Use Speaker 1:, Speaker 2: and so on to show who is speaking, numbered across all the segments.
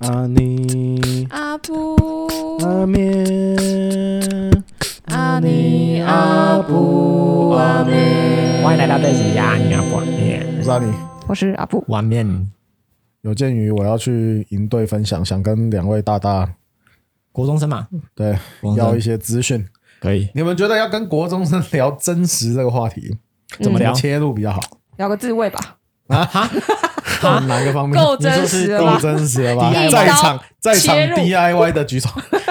Speaker 1: 阿尼
Speaker 2: 阿布
Speaker 1: 阿面，
Speaker 2: 阿尼阿布阿妹，
Speaker 3: 欢迎来到这集呀，你要管面
Speaker 1: 我是阿尼。
Speaker 2: 我是阿布。
Speaker 3: 碗面。
Speaker 1: 有鉴于我要去营队分享，想跟两位大大
Speaker 3: 国中生嘛，
Speaker 1: 对
Speaker 3: 国中生
Speaker 1: 要一些资讯。
Speaker 3: 可以
Speaker 1: 你们觉得要跟国中生聊真实这个话题，
Speaker 2: 嗯
Speaker 3: 怎么聊？
Speaker 1: 切入比较好？
Speaker 2: 聊个自慰吧，
Speaker 1: 看哪个方面？
Speaker 2: 够真实了
Speaker 1: 够
Speaker 2: 吧？
Speaker 1: 真实了吧？
Speaker 3: DIY
Speaker 1: 在场在场
Speaker 2: 切入
Speaker 1: DIY 的举手。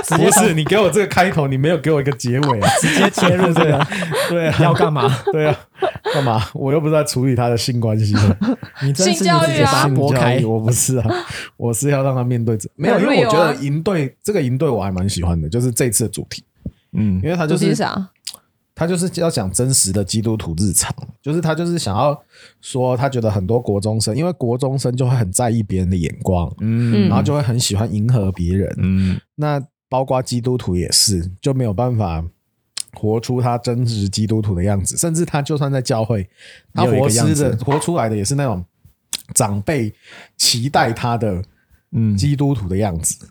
Speaker 1: 不是你给我这个开头，你没有给我一个结尾啊？
Speaker 3: 直 接切入这个，
Speaker 1: 对啊，
Speaker 3: 要干嘛？
Speaker 1: 对啊，干嘛？我又不是在处理他的性关系，
Speaker 3: 你真
Speaker 2: 性
Speaker 3: 是
Speaker 2: 教育啊
Speaker 3: 你直接把它
Speaker 1: 性
Speaker 3: 拨
Speaker 1: 教
Speaker 3: 开
Speaker 1: 育， 我不是啊，我是要让他面对这没有，因为我觉得营队这个营队我还蛮喜欢的，就是这次的主题，
Speaker 3: 嗯
Speaker 1: 因为他
Speaker 2: 主
Speaker 1: 就
Speaker 2: 题
Speaker 1: 是
Speaker 2: 是啊啥？
Speaker 1: 他就是要讲真实的基督徒日常，就是他就是想要说，他觉得很多国中生，因为国中生就会很在意别人的眼光，
Speaker 3: 嗯
Speaker 1: 然后就会很喜欢迎合别人，
Speaker 3: 嗯，
Speaker 1: 那包括基督徒也是，就没有办法活出他真实基督徒的样子，甚至他就算在教会，他
Speaker 3: 也有一
Speaker 1: 活
Speaker 3: 个样
Speaker 1: 出的
Speaker 3: 子
Speaker 1: 活出来的也是那种长辈期待他的
Speaker 3: 嗯
Speaker 1: 基督徒的样子。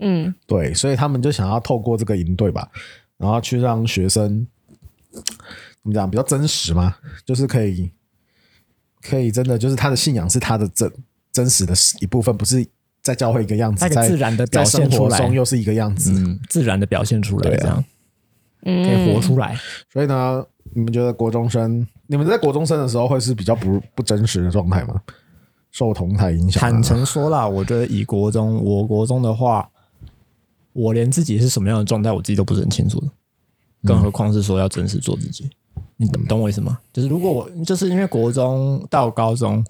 Speaker 2: 嗯，
Speaker 1: 对，所以他们就想要透过这个营队吧，然后去让学生怎么讲比较真实嘛，就是可以可以真的就是他的信仰是他的真真实的一部分，不是在教会一个样子，
Speaker 3: 那个
Speaker 1: 在
Speaker 3: 自然地
Speaker 1: 在
Speaker 3: 表现
Speaker 1: 生活
Speaker 3: 出来
Speaker 1: 中又是一个样子。
Speaker 3: 嗯，啊自然的表现出来，
Speaker 1: 对啊
Speaker 3: 这样可
Speaker 2: 嗯
Speaker 3: 以活出来。
Speaker 1: 所以呢，你们觉得国中生，你们在国中生的时候会是比较不不真实的状态吗？受同台影响啊、
Speaker 3: 坦诚说啦，我觉得以国中，我国中的话，我连自己是什么样的状态，我自己都不是很清楚的，更何况是说要真实做自己。你懂懂我意思吗？就是如果我就是因为国中到高中，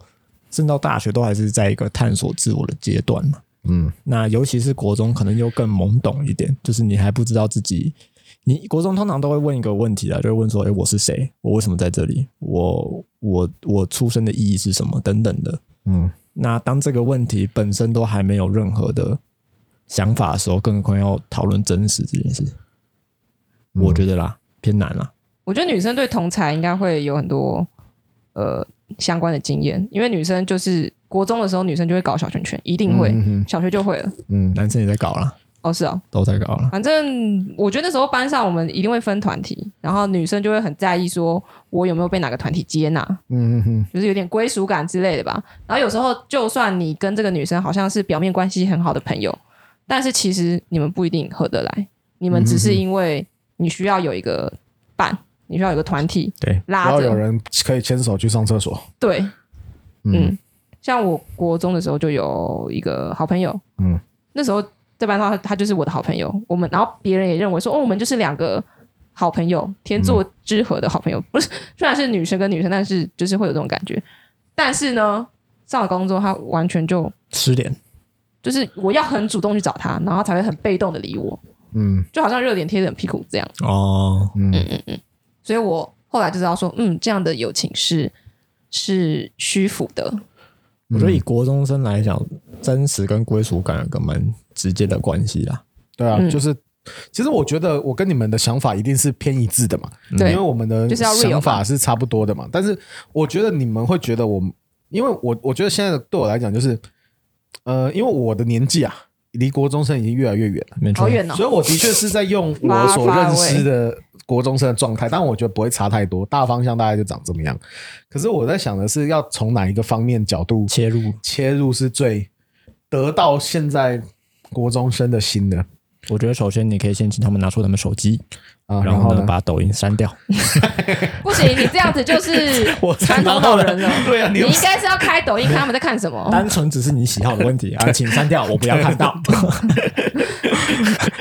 Speaker 3: 甚至到大学都还是在一个探索自我的阶段嘛。
Speaker 1: 嗯，
Speaker 3: 那尤其是国中，可能又更懵懂一点，就是你还不知道自己。你国中通常都会问一个问题啊，就会问说：“诶，我是谁？我为什么在这里？我我我出生的意义是什么？等等的。”
Speaker 1: 嗯，
Speaker 3: 那当这个问题本身都还没有任何的想法的时候，更何况要讨论真实这件事，我觉得啦偏难啦。
Speaker 2: 我觉得女生对同才应该会有很多呃相关的经验，因为女生就是国中的时候，女生就会搞小圈圈，一定会，
Speaker 1: 嗯
Speaker 2: 小学就会了。
Speaker 1: 嗯
Speaker 3: 男生也在搞啦，
Speaker 2: 哦，是哦，
Speaker 3: 都在搞啦。
Speaker 2: 反正我觉得那时候班上我们一定会分团体，然后女生就会很在意说我有没有被哪个团体接纳，
Speaker 1: 嗯嗯嗯
Speaker 2: 就是有点归属感之类的吧。然后有时候，就算你跟这个女生好像是表面关系很好的朋友，但是其实你们不一定合得来，你们只
Speaker 1: 嗯
Speaker 2: 是因为你需要有一个伴，你需要有一个团体
Speaker 3: 对，
Speaker 1: 只
Speaker 2: 拉
Speaker 1: 要有
Speaker 2: 着。
Speaker 1: 人可以牵手去上厕所，
Speaker 2: 对，
Speaker 1: 嗯
Speaker 2: 嗯，像我国中的时候就有一个好朋友，
Speaker 1: 嗯，
Speaker 2: 那时候这班上他他就是我的好朋友，我们然后别人也认为说，哦，我们就是两个好朋友，天作之合的好朋友，不是虽然是女生跟女生，但是就是会有这种感觉。但是呢，上了高中之后，他完全就
Speaker 3: 吃点
Speaker 2: 就是我要很主动去找他，然后他才会很被动的理我，
Speaker 1: 嗯
Speaker 2: 就好像热脸贴冷屁股这样。
Speaker 3: 哦，
Speaker 1: 嗯
Speaker 2: 所以我后来就知道说，嗯，这样的友情是是虚浮的，
Speaker 3: 我觉得以国中生来讲，真实跟归属感有个蛮直接的关系啦。
Speaker 1: 对啊，
Speaker 2: 嗯
Speaker 1: 就是其实我觉得我跟你们的想法一定是偏一致的嘛，
Speaker 2: 对
Speaker 1: 因为我们的
Speaker 2: 就是要 real
Speaker 1: 想
Speaker 2: 嘛
Speaker 1: 法是差不多的嘛。但是我觉得你们会觉得我，因为我我觉得现在的对我来讲就是，呃，因为我的年纪啊，离国中生已经越来越远了，
Speaker 3: 没
Speaker 2: 好
Speaker 3: 错，
Speaker 2: 远哦。
Speaker 1: 所以我的确是在用我所认识的国中生的状态，但我觉得不会差太多，大方向大概就长这么样。可是我在想的是，要从哪一个方面角度
Speaker 3: 切入，
Speaker 1: 切入是最得到现在国中生的心的
Speaker 3: 我觉得首先你可以先请他们拿出他们手机，
Speaker 1: 啊？
Speaker 3: 然
Speaker 1: 然
Speaker 3: 后
Speaker 1: 后
Speaker 3: 呢
Speaker 1: 呢？
Speaker 3: 把抖音删掉。
Speaker 2: 不行，你这样子就是
Speaker 1: 我
Speaker 2: 传统老人了。
Speaker 1: 对啊，
Speaker 2: 你
Speaker 1: 你又
Speaker 2: 应该是要开抖音看他们在看什么。
Speaker 3: 单纯只是你喜好的问 题啊，请删掉，我不要看 到，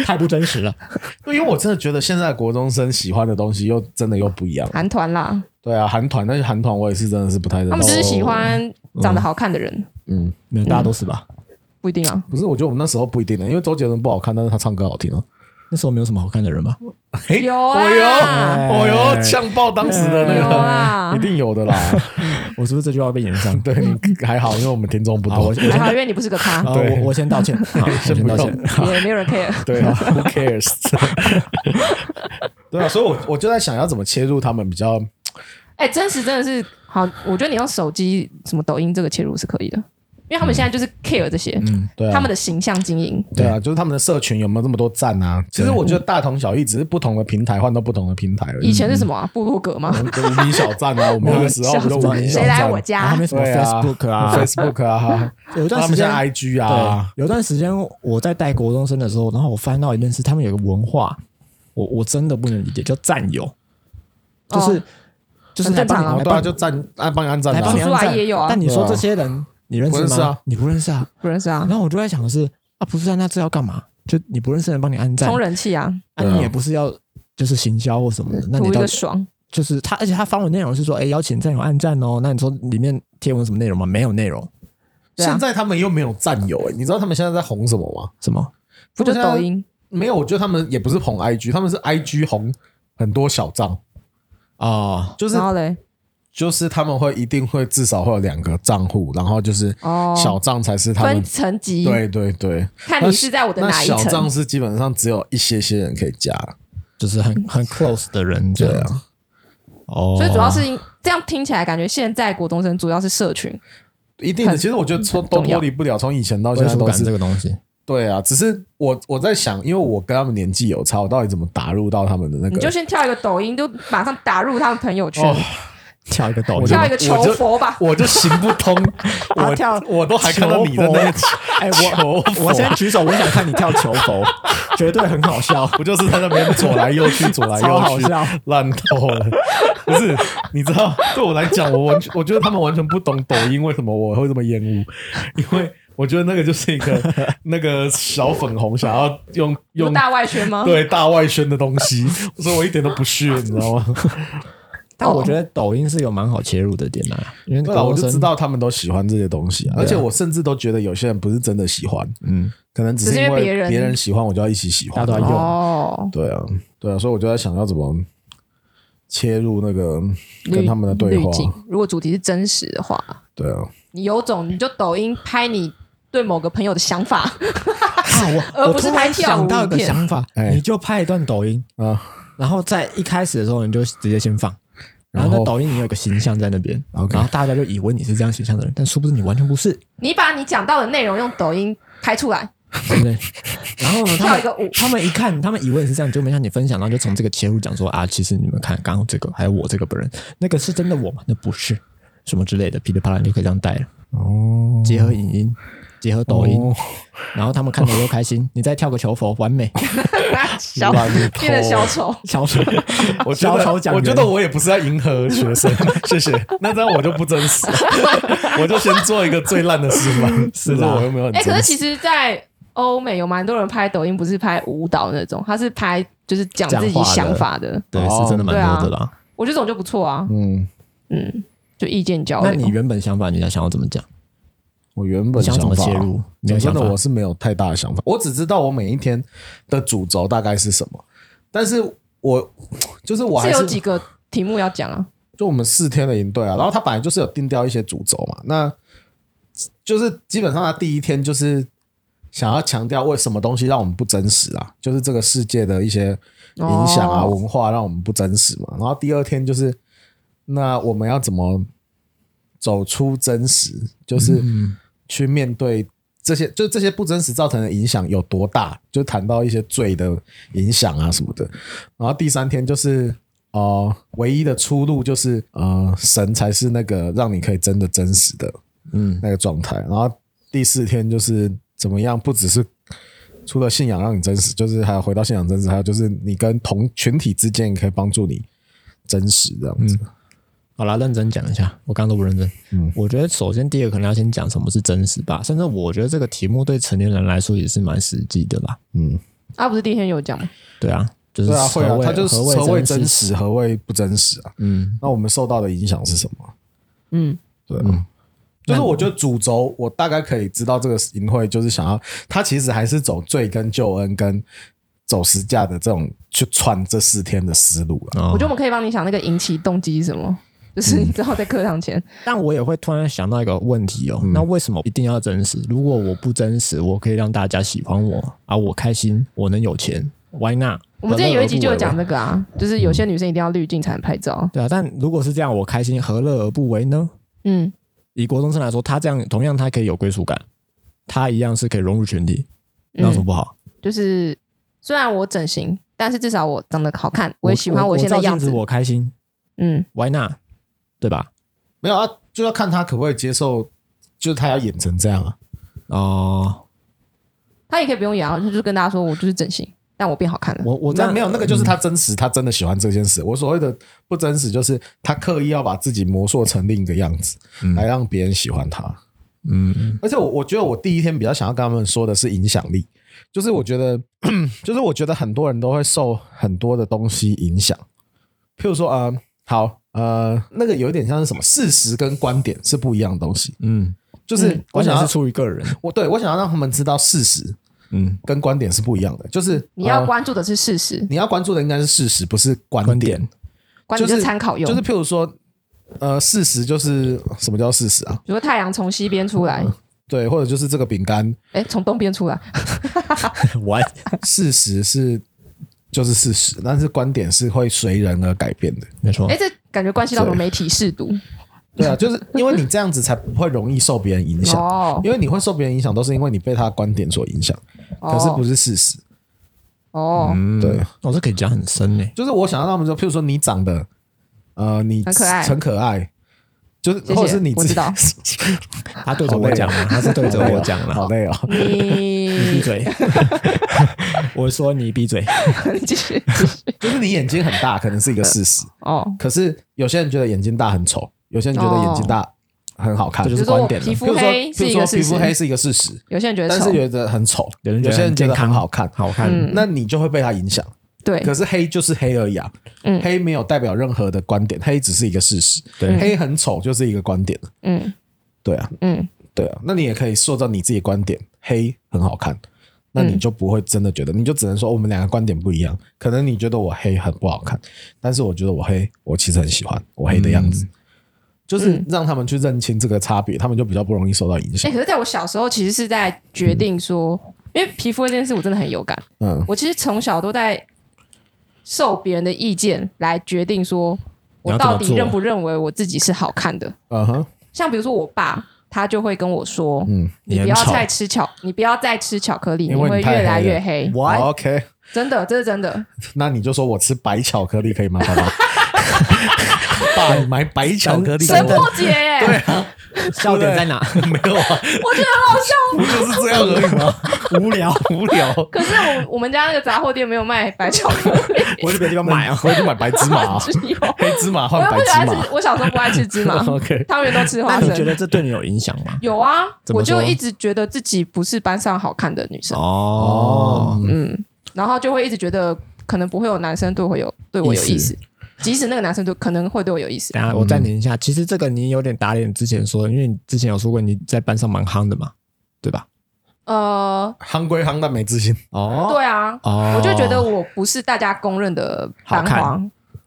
Speaker 3: 太不真实了。
Speaker 1: 对，因为我真的觉得现在国中生喜欢的东西又真的又不一样。
Speaker 2: 韩团啦，
Speaker 1: 对啊，韩团那些韩团我也是真的是不太认
Speaker 2: 他们只
Speaker 1: 识。哦
Speaker 2: 是喜欢长得好看的人，
Speaker 1: 嗯，
Speaker 3: 没有，大家都是吧？
Speaker 2: 不一定啊。
Speaker 1: 不是，我觉得我们那时候不一定的，因为周杰伦不好看，但是他唱歌好听哦。
Speaker 3: 那时候没有什么好看的人吧？
Speaker 2: 有
Speaker 1: 哎
Speaker 2: 啊，
Speaker 1: 哦哟，呛爆当时的
Speaker 2: 有
Speaker 1: 那
Speaker 2: 啊
Speaker 1: 个，一，定有的啦。
Speaker 3: 我是不是这句话被延 上？
Speaker 1: 对，你还好，因为我们听众不
Speaker 3: 好，我我
Speaker 1: 多。
Speaker 2: 还
Speaker 3: 先，
Speaker 2: 好，因为你不是个咖，
Speaker 3: 好
Speaker 1: 对
Speaker 3: 我我先道 歉，好我先道歉。
Speaker 2: 也没有人 care。
Speaker 1: 对 啊，Who cares？对啊，所以我我就在想要怎么切入他们比较
Speaker 2: 哎，真实真的是好，我觉得你用手机什么抖音这个切入是可以的，因为他们现在就是 care 这些，
Speaker 1: 嗯，对啊，
Speaker 2: 他们的形象经营。
Speaker 1: 对啊，就是他们的社群有没有这么多赞啊？其实我觉得大同小异，只是不同的平台换到不同的平台而已。
Speaker 2: 以前是什么啊？部落格吗？
Speaker 1: 就无名小站啊，我们那 个时候不就无名小
Speaker 2: 谁
Speaker 1: 站？
Speaker 2: 来我
Speaker 3: 然后
Speaker 2: 家
Speaker 3: 还？没什么
Speaker 1: 对啊
Speaker 3: Facebook 啊
Speaker 1: Facebook 啊，
Speaker 3: 有一段
Speaker 1: 他
Speaker 3: 时
Speaker 1: 们
Speaker 3: 间
Speaker 1: 现在 IG
Speaker 3: 对
Speaker 1: 啊，，
Speaker 3: 有段时间我在带国中生的时候，然后我翻到一件事，他们有个文化，我我真的不能理解，叫战友，就是、
Speaker 2: 哦
Speaker 3: 就是
Speaker 2: 很
Speaker 3: 来
Speaker 2: 正常
Speaker 3: 帮
Speaker 2: 啊
Speaker 3: 你
Speaker 1: 然后
Speaker 3: 来
Speaker 1: 大家
Speaker 3: 帮
Speaker 1: 就赞，按帮你按赞
Speaker 3: 来帮你
Speaker 1: 啊，
Speaker 2: 叔
Speaker 3: 按
Speaker 2: 叔阿
Speaker 3: 赞
Speaker 2: 姨也有啊
Speaker 3: 但你说
Speaker 1: 对啊
Speaker 3: 这些人你认
Speaker 1: 不
Speaker 3: 识
Speaker 1: 认识
Speaker 3: 吗
Speaker 1: 啊？嗯
Speaker 3: 你不认识啊。
Speaker 2: 不认识啊
Speaker 3: 然，后我就在想的是啊，不是啊，那这要干嘛？就你不认识的人帮你按赞
Speaker 2: 充，人气啊，
Speaker 3: 啊，
Speaker 1: 对啊
Speaker 3: 你也不是要就是行销或什么的，那
Speaker 2: 图
Speaker 3: 你
Speaker 2: 一
Speaker 3: 到
Speaker 2: 个爽。
Speaker 3: 就是他，而且他发文内容是说，哎，邀请战友按赞哦。那你说里面贴文有什么内容吗？没有内容，
Speaker 2: 对啊
Speaker 1: 现在他们又没有战友哎、你知道他们现在在红什么吗？
Speaker 3: 什么？
Speaker 2: 不就抖音？
Speaker 1: 没有，我觉得他们也不是红 IG，他们是 IG 红很多小账，
Speaker 3: 哦，
Speaker 1: 就是
Speaker 2: 然后嘞，
Speaker 1: 就是他们会一定会至少会有两个账户，然后就是
Speaker 2: 哦
Speaker 1: 小账才是他们、
Speaker 2: 分层级，
Speaker 1: 对对对，
Speaker 2: 看你是在我的
Speaker 1: 那
Speaker 2: 哪一
Speaker 1: 小账
Speaker 2: 层。
Speaker 1: 是基本上只有一些些人可以加，
Speaker 3: 就是很很 close 的人这
Speaker 1: 对
Speaker 3: 样
Speaker 1: 啊
Speaker 3: 子。哦，
Speaker 2: 所以主要是因这样听起来，感觉现在国中生主要是社群，
Speaker 1: 一定的。其实我觉得说都
Speaker 2: 重要
Speaker 1: 脱离不了，从以前到现
Speaker 3: 归
Speaker 1: 在
Speaker 3: 属
Speaker 1: 都
Speaker 3: 感这
Speaker 1: 是
Speaker 3: 个东西。
Speaker 1: 对啊。只是我我在想，因为我跟他们年纪有差，我到底怎么打入到他们的那
Speaker 2: 你就
Speaker 1: 个？
Speaker 2: 先跳一个抖音，就马上打入他们朋友圈，
Speaker 1: 哦
Speaker 3: 跳一个抖
Speaker 1: 我
Speaker 3: 音，
Speaker 1: 就
Speaker 2: 跳一个求佛吧。
Speaker 1: 我就行不 通，
Speaker 2: 啊
Speaker 1: 我
Speaker 3: 跳
Speaker 1: 我都还看到你的 那个，
Speaker 3: 哎，
Speaker 1: 求
Speaker 3: 我
Speaker 1: 佛
Speaker 3: 我先举手，我想看你跳球 佛，绝对很好笑。
Speaker 1: 不就是在那边左来右去，左来
Speaker 3: 超好
Speaker 1: 右去
Speaker 3: 笑，
Speaker 1: 烂透了。 不是，你知道，对我来讲，我完全，我觉得他们完全不懂抖音为什么我会这么厌恶，因为我觉得那个就是一个 那个小粉红想要用
Speaker 2: 有
Speaker 1: 用
Speaker 2: 大外圈吗？
Speaker 1: 对大外宣的东西，所以我一点都不屑，你知道吗？
Speaker 3: 但我觉得抖音是有蛮好切入的点啊，因为
Speaker 1: 对了，
Speaker 3: 高
Speaker 1: 我
Speaker 3: 中
Speaker 1: 就
Speaker 3: 生
Speaker 1: 知，道他们都喜欢这些东西、啊，而且我甚至都觉得有些人不是真的喜欢，
Speaker 3: 嗯，
Speaker 1: 可能只
Speaker 2: 只
Speaker 1: 是
Speaker 2: 是因
Speaker 1: 因
Speaker 2: 为
Speaker 1: 为
Speaker 2: 别人
Speaker 1: 别人喜欢，我就要一起喜欢啊
Speaker 3: 大家都要用
Speaker 2: 哦，
Speaker 1: 对啊，对啊，所以我就在想要怎么切入那个跟
Speaker 2: 滤
Speaker 1: 他们的对
Speaker 2: 滤
Speaker 1: 话。
Speaker 2: 镜。如果主题是真实的话，
Speaker 1: 对啊，
Speaker 2: 你有种你就抖音拍你对某个朋友的想法，
Speaker 3: 啊，我
Speaker 2: 而
Speaker 3: 我
Speaker 2: 不是
Speaker 3: 突
Speaker 2: 拍
Speaker 3: 然
Speaker 2: 跳舞
Speaker 3: 想到一个
Speaker 2: 影片
Speaker 3: 想法，
Speaker 1: 哎
Speaker 3: 你就拍一段抖音，
Speaker 1: 啊，
Speaker 3: 然后在一开始的时候你就直接先放。然后
Speaker 1: 然
Speaker 3: 在
Speaker 1: 后
Speaker 3: 抖音你有一个形象在那边，然后
Speaker 1: OK
Speaker 3: 大家就以为你是这样形象的人，但殊不知你完全不是，
Speaker 2: 你把你讲到的内容用抖音拍出来，
Speaker 3: 对 不对？然后呢，他
Speaker 2: 跳
Speaker 3: 们
Speaker 2: 一个舞，
Speaker 3: 他们一看，他们以为你是这样，就没向你分享，然后就从这个切入讲说啊，其实你们看刚刚这个，还有我这个本人，那个是真的我吗？那不是，什么之类的，噼里啪啦你就可以这样带了，
Speaker 1: 哦，
Speaker 3: 结合影音，结合抖音，
Speaker 1: 哦
Speaker 3: 然后他们看了又开 心，你再跳个球佛，完美，
Speaker 2: 小
Speaker 1: 烂透
Speaker 2: 变得小丑。
Speaker 3: 小丑，
Speaker 1: 我觉
Speaker 3: 小
Speaker 1: 得
Speaker 3: 丑讲，
Speaker 1: 我觉得我也不是在迎合学生， 谢谢。那这样我就不真实， 我就先做一个最烂的示范。
Speaker 3: 是啦
Speaker 1: 其实我又没有很
Speaker 2: 哎、
Speaker 1: 真实。
Speaker 2: 可是其实，在欧美有蛮多人拍抖音，不是拍舞蹈那种，他是拍就是讲自己想法的。
Speaker 3: 对
Speaker 1: 哦
Speaker 3: 是真的蛮
Speaker 2: 啊
Speaker 3: 多的啦。
Speaker 2: 我觉得这种就不错啊，
Speaker 1: 嗯，
Speaker 2: 嗯，就意见交
Speaker 3: 那
Speaker 2: 流。
Speaker 3: 你原本想法，你要想要怎么讲？
Speaker 1: 我原
Speaker 3: 你
Speaker 1: 本
Speaker 3: 想
Speaker 1: 想
Speaker 3: 要怎么
Speaker 1: 法
Speaker 3: 切入？没有
Speaker 1: 讲
Speaker 3: 想
Speaker 1: 真的，
Speaker 3: 法，
Speaker 1: 我是没有太大的想法，我只知道我每一天的主轴大概是什么，但是我就是我还
Speaker 2: 是
Speaker 1: 是
Speaker 2: 有几个题目要讲啊？
Speaker 1: 就我们四天的营队啊，然后他本来就是有定掉一些主轴嘛，那就是基本上他第一天就是想要强调为什么东西让我们不真实啊，就是这个世界的一些影响啊、
Speaker 2: 哦
Speaker 1: 文化让我们不真实嘛。然后第二天就是那我们要怎么走出真实，就是去面对这些，就这些不真实造成的影响有多大，就谈到一些罪的影响啊什么的。然后第三天就是。呃，唯一的出路就是呃，神才是那个让你可以真的真实的
Speaker 3: 嗯，
Speaker 1: 那个状态。然后第四天就是怎么样，不只是除了信仰让你真实，就是还有回到信仰真实，还有就是你跟同群体之间也可以帮助你真实这样子。
Speaker 3: 好啦，认真讲一下，我刚刚都不认真。
Speaker 1: 嗯
Speaker 3: 我觉得首先第一个可能要先讲什么是真实吧，甚至我觉得这个题目对成年人来说也是蛮实际的啦。
Speaker 1: 嗯，
Speaker 2: 啊，不是第一天有讲吗？
Speaker 3: 对啊，就是
Speaker 1: 对啊，
Speaker 3: 何
Speaker 1: 会啊，
Speaker 3: 谓
Speaker 1: 它就是何
Speaker 3: 何
Speaker 1: 谓
Speaker 3: 谓
Speaker 1: 真
Speaker 3: 实？
Speaker 1: 实，何谓不真实啊？
Speaker 3: 嗯，
Speaker 1: 那我们受到的影响是什么？
Speaker 2: 嗯，
Speaker 1: 对啊、就是我觉得主轴，我大概可以知道这个淫会就是想要，他其实还是走罪跟救恩跟走十架的这种去串这四天的思路啊了。
Speaker 3: 哦
Speaker 2: 我觉得我们可以帮你想那个引起动机是什么，就是你知道在课堂前，
Speaker 3: 但我也会突然想到一个问题哦，
Speaker 1: 嗯
Speaker 3: 那为什么一定要真实？如果我不真实，我可以让大家喜欢我啊，我开心，我能有钱，Why not？
Speaker 2: 我们之前有一集就有讲
Speaker 3: 的，
Speaker 2: 这个啊，就是有
Speaker 3: 啊
Speaker 2: 些女生一定要滤镜才能拍照。
Speaker 3: 对啊，但如果是这样，我开心，何乐而不为呢？
Speaker 2: 嗯，
Speaker 3: 以国中生来说，他这样同样他可以有归属感，他一样是可以融入群体，那有什么
Speaker 2: 嗯，
Speaker 3: 不好？
Speaker 2: 就是虽然我整形，但是至少我长得好看，我也喜欢
Speaker 3: 我
Speaker 2: 现在
Speaker 3: 照镜
Speaker 2: 样
Speaker 3: 子
Speaker 2: 子。
Speaker 3: 我开心
Speaker 2: 嗯，
Speaker 3: ，Why not？对吧？
Speaker 1: 没有啊，就要看他可不可以接受，就是他要演成这样啊。
Speaker 3: 哦、
Speaker 2: 他也可以不用演啊，他就跟大家说我就是整形，但我变好看了。
Speaker 3: 我我
Speaker 1: 那没有那个就是
Speaker 3: 嗯
Speaker 1: 他真实，他真的喜欢这件事。我所谓的不真实，就是他刻意要把自己磨塑成另一个样子，
Speaker 3: 嗯
Speaker 1: 来让别人喜欢他。
Speaker 3: 嗯
Speaker 1: 而且我我觉得我第一天比较想要跟他们说的是影响力，就是我觉得， 就是我觉得很多人都会受很多的东西影响，譬如说呃，好呃，那个有一点像是什么事实跟观点是不一样的东西，
Speaker 3: 嗯，
Speaker 1: 就是
Speaker 2: 嗯
Speaker 1: 我
Speaker 3: 关
Speaker 1: 想
Speaker 3: 键
Speaker 1: 要、
Speaker 3: 是出于个 人，
Speaker 1: 我对我想要让他们知道事实
Speaker 3: 嗯，
Speaker 1: 跟观点是不一样的，就是
Speaker 2: 你要
Speaker 1: 呃
Speaker 2: 关注的是事实，
Speaker 1: 你要关注的应该是事实，不是观
Speaker 3: 观
Speaker 1: 点
Speaker 3: 点，
Speaker 2: 观
Speaker 1: 就
Speaker 2: 点
Speaker 1: 是
Speaker 2: 是参考用。
Speaker 1: 就是譬如说，呃，事实就是什么叫事实啊？
Speaker 2: 比如说太阳从西边出来，
Speaker 1: 嗯对，或者就是这个饼 干，
Speaker 2: 哎，从东边出来，
Speaker 1: 哦
Speaker 3: 我
Speaker 1: 事实是就是事实，但是观点是会随人而改变的。
Speaker 3: 没错
Speaker 2: 哎，，这感觉关系到我们媒体试读
Speaker 1: 对啊，就是因为你这样子才不会容易受别人影响，
Speaker 2: 哦。
Speaker 1: 因为你会受别人影响，都是因为你被他的观点所影响，可是不
Speaker 2: 是
Speaker 1: 是事实。
Speaker 2: 哦，
Speaker 3: 嗯
Speaker 1: 对，
Speaker 3: 我、这可以讲很深呢、
Speaker 1: 就是我想让他们说，譬如说你长得，呃，你
Speaker 2: 很可爱
Speaker 1: 很可爱，就是
Speaker 2: 谢谢
Speaker 1: 或者是你自
Speaker 2: 我知 道
Speaker 3: 他对着我讲啊，他是对着我讲了，
Speaker 1: 好累哦。
Speaker 3: 闭
Speaker 2: 你
Speaker 3: 嘴，我说你闭嘴，
Speaker 2: 你继续继续
Speaker 1: 就是你眼睛很大，可能是一个 事实，
Speaker 2: 哦，
Speaker 1: 可是有些人觉得眼睛大很丑，有些人觉得眼睛大很好看，
Speaker 3: 这
Speaker 2: 比
Speaker 3: 就
Speaker 2: 如
Speaker 3: 是
Speaker 2: 哦说
Speaker 3: 观
Speaker 2: 我
Speaker 3: 点了
Speaker 2: 皮
Speaker 1: 譬如
Speaker 2: 肤
Speaker 1: 说，
Speaker 2: 黑
Speaker 1: 譬
Speaker 2: 是
Speaker 1: 如
Speaker 2: 一
Speaker 1: 说
Speaker 2: 个
Speaker 1: 皮
Speaker 2: 事
Speaker 1: 肤黑
Speaker 2: 实，
Speaker 1: 是一个事实，
Speaker 2: 有些人觉得
Speaker 1: 但
Speaker 2: 丑
Speaker 1: 是，有的很丑，
Speaker 3: 有人觉
Speaker 1: 有
Speaker 3: 得
Speaker 1: 些人
Speaker 3: 很
Speaker 1: 觉
Speaker 3: 健
Speaker 1: 得
Speaker 3: 康
Speaker 1: 很好看，
Speaker 3: 好看，
Speaker 2: 嗯
Speaker 1: 那你就会被他影响。
Speaker 2: 对，
Speaker 1: 可是黑就是黑而已啊，
Speaker 2: 嗯
Speaker 1: 黑没有代表任何的观点，黑只是一个事实。
Speaker 3: 对
Speaker 1: 黑很丑就是一个观点，
Speaker 2: 嗯
Speaker 1: 对啊，
Speaker 2: 嗯，
Speaker 1: 对啊。那你也可以塑造你自己的观点，黑很好看，那
Speaker 2: 嗯
Speaker 1: 你就不会真的觉得，你就只能说我们两个观点不一样。可能你觉得我黑很不好看，但是我觉得我黑，我其实很喜欢我黑的样
Speaker 2: 嗯
Speaker 1: 子。就是让他们去认清这个差别，他们就比较不容易受到影
Speaker 2: 哎，
Speaker 1: 响。
Speaker 2: 可是在我小时候其实是在决定说，因为皮肤这件事我真的很有感，
Speaker 1: 嗯，
Speaker 2: 我其实从小都在受别人的意见来决定说我到
Speaker 3: 你要怎么
Speaker 2: 底
Speaker 3: 做
Speaker 2: 认不认为我自己是好看的。
Speaker 1: 嗯哼，
Speaker 2: 像比如说我爸，他就会跟我说：“
Speaker 1: 嗯
Speaker 2: 你不
Speaker 3: 你
Speaker 2: 要
Speaker 3: 很丑
Speaker 2: 再吃巧，你不要再吃巧克力，你
Speaker 1: 因为
Speaker 2: 会
Speaker 1: 你太
Speaker 2: 越来
Speaker 1: 黑了
Speaker 2: 越黑。
Speaker 3: What？
Speaker 1: 好，OK，”
Speaker 2: 真的，这是真的。
Speaker 1: 那你就说我吃白巧克力可以吗， 爸爸？爸，你买白巧克力给
Speaker 2: 神
Speaker 1: 我
Speaker 2: 破解 耶！
Speaker 3: 笑点 在哪？
Speaker 1: 没有啊，
Speaker 2: 我觉得很好笑。
Speaker 1: 不就是这样而已吗？无聊，无聊，
Speaker 2: 可是我我们家那个杂货店没有卖 白巧克力，
Speaker 3: 我去别的地方买啊，
Speaker 1: 我也去买白 芝麻、
Speaker 2: 只 有
Speaker 1: 黑芝麻
Speaker 2: 我
Speaker 1: 换
Speaker 2: 又
Speaker 1: 白
Speaker 2: 不喜
Speaker 1: 芝
Speaker 2: 欢
Speaker 1: 麻，
Speaker 2: 吃，。我小时候不爱吃芝麻
Speaker 1: OK，
Speaker 2: 汤圆都吃
Speaker 3: 那
Speaker 2: 花
Speaker 3: 你觉得
Speaker 2: 生。
Speaker 3: 这对你有影响吗？
Speaker 2: 有啊，
Speaker 3: 怎么
Speaker 2: 我就
Speaker 3: 说
Speaker 2: 一直觉得自己不是班上好看的女生，
Speaker 3: 哦，
Speaker 2: 嗯，然后就会一直觉得可能不会有男生对我有对我有
Speaker 3: 意
Speaker 2: 意思，即使那个男生对可能会对我有意思
Speaker 3: 等，一下我暂停一下。其实这个你有点打脸之前说的，因为你之前有说过你在班上蛮夯的嘛，对吧？
Speaker 2: 呃，
Speaker 1: 夯归夯，但没自信。
Speaker 3: 哦，
Speaker 2: 对啊，
Speaker 3: 哦
Speaker 2: 我就觉得我不是大家公认的班
Speaker 3: 好
Speaker 2: 花，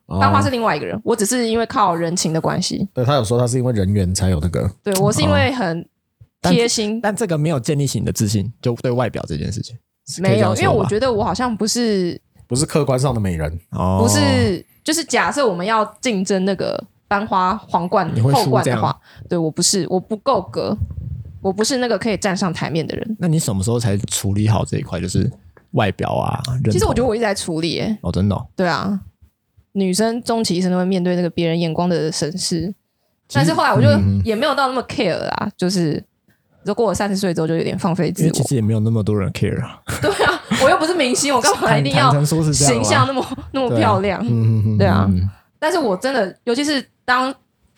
Speaker 1: 哦
Speaker 2: 班花是另外一个人，我只是因为靠人情的关系，
Speaker 1: 对他有说他是因为人缘才有那个，
Speaker 2: 对我是因为很
Speaker 3: 但
Speaker 2: 贴心，
Speaker 3: 哦但这个没有建立起你的自信，就对外表这件事情是可以
Speaker 2: 没
Speaker 3: 这样
Speaker 2: 有，因为
Speaker 3: 说
Speaker 2: 我
Speaker 3: 吧
Speaker 2: 觉得我好像不是
Speaker 1: 不是客观上的美人。
Speaker 3: 哦
Speaker 2: 不是，就是假设我们要竞争那个班花皇冠
Speaker 3: 你会输
Speaker 2: 后冠
Speaker 3: 这
Speaker 2: 的
Speaker 3: 样
Speaker 2: 话，对我不是，我不够格，我不是那个可以站上台面的人。
Speaker 3: 那你什么时候才处理好这一块，就是外表啊？
Speaker 2: 其实我觉
Speaker 3: 得
Speaker 2: 得我一直在处理、欸，
Speaker 3: 哦，真的哦、
Speaker 2: 对啊，女生终其一生都会面对那个别人眼光的审视，但是后来我就
Speaker 3: 嗯
Speaker 2: 也没有到那么 care 啦，就是。如果我三十岁之后就有点放飞
Speaker 3: 因
Speaker 2: 自
Speaker 3: 为其
Speaker 2: 我，
Speaker 3: 实也没有那么多人 care 啊。
Speaker 2: 对啊，我又不是明星，我干嘛
Speaker 3: 坦
Speaker 2: 一定要
Speaker 3: 坦诚说是这样
Speaker 2: 形
Speaker 3: 吗
Speaker 2: 象那么那么
Speaker 3: 对啊
Speaker 2: 漂亮？
Speaker 1: 嗯
Speaker 2: 对啊，但是我真的，尤其是当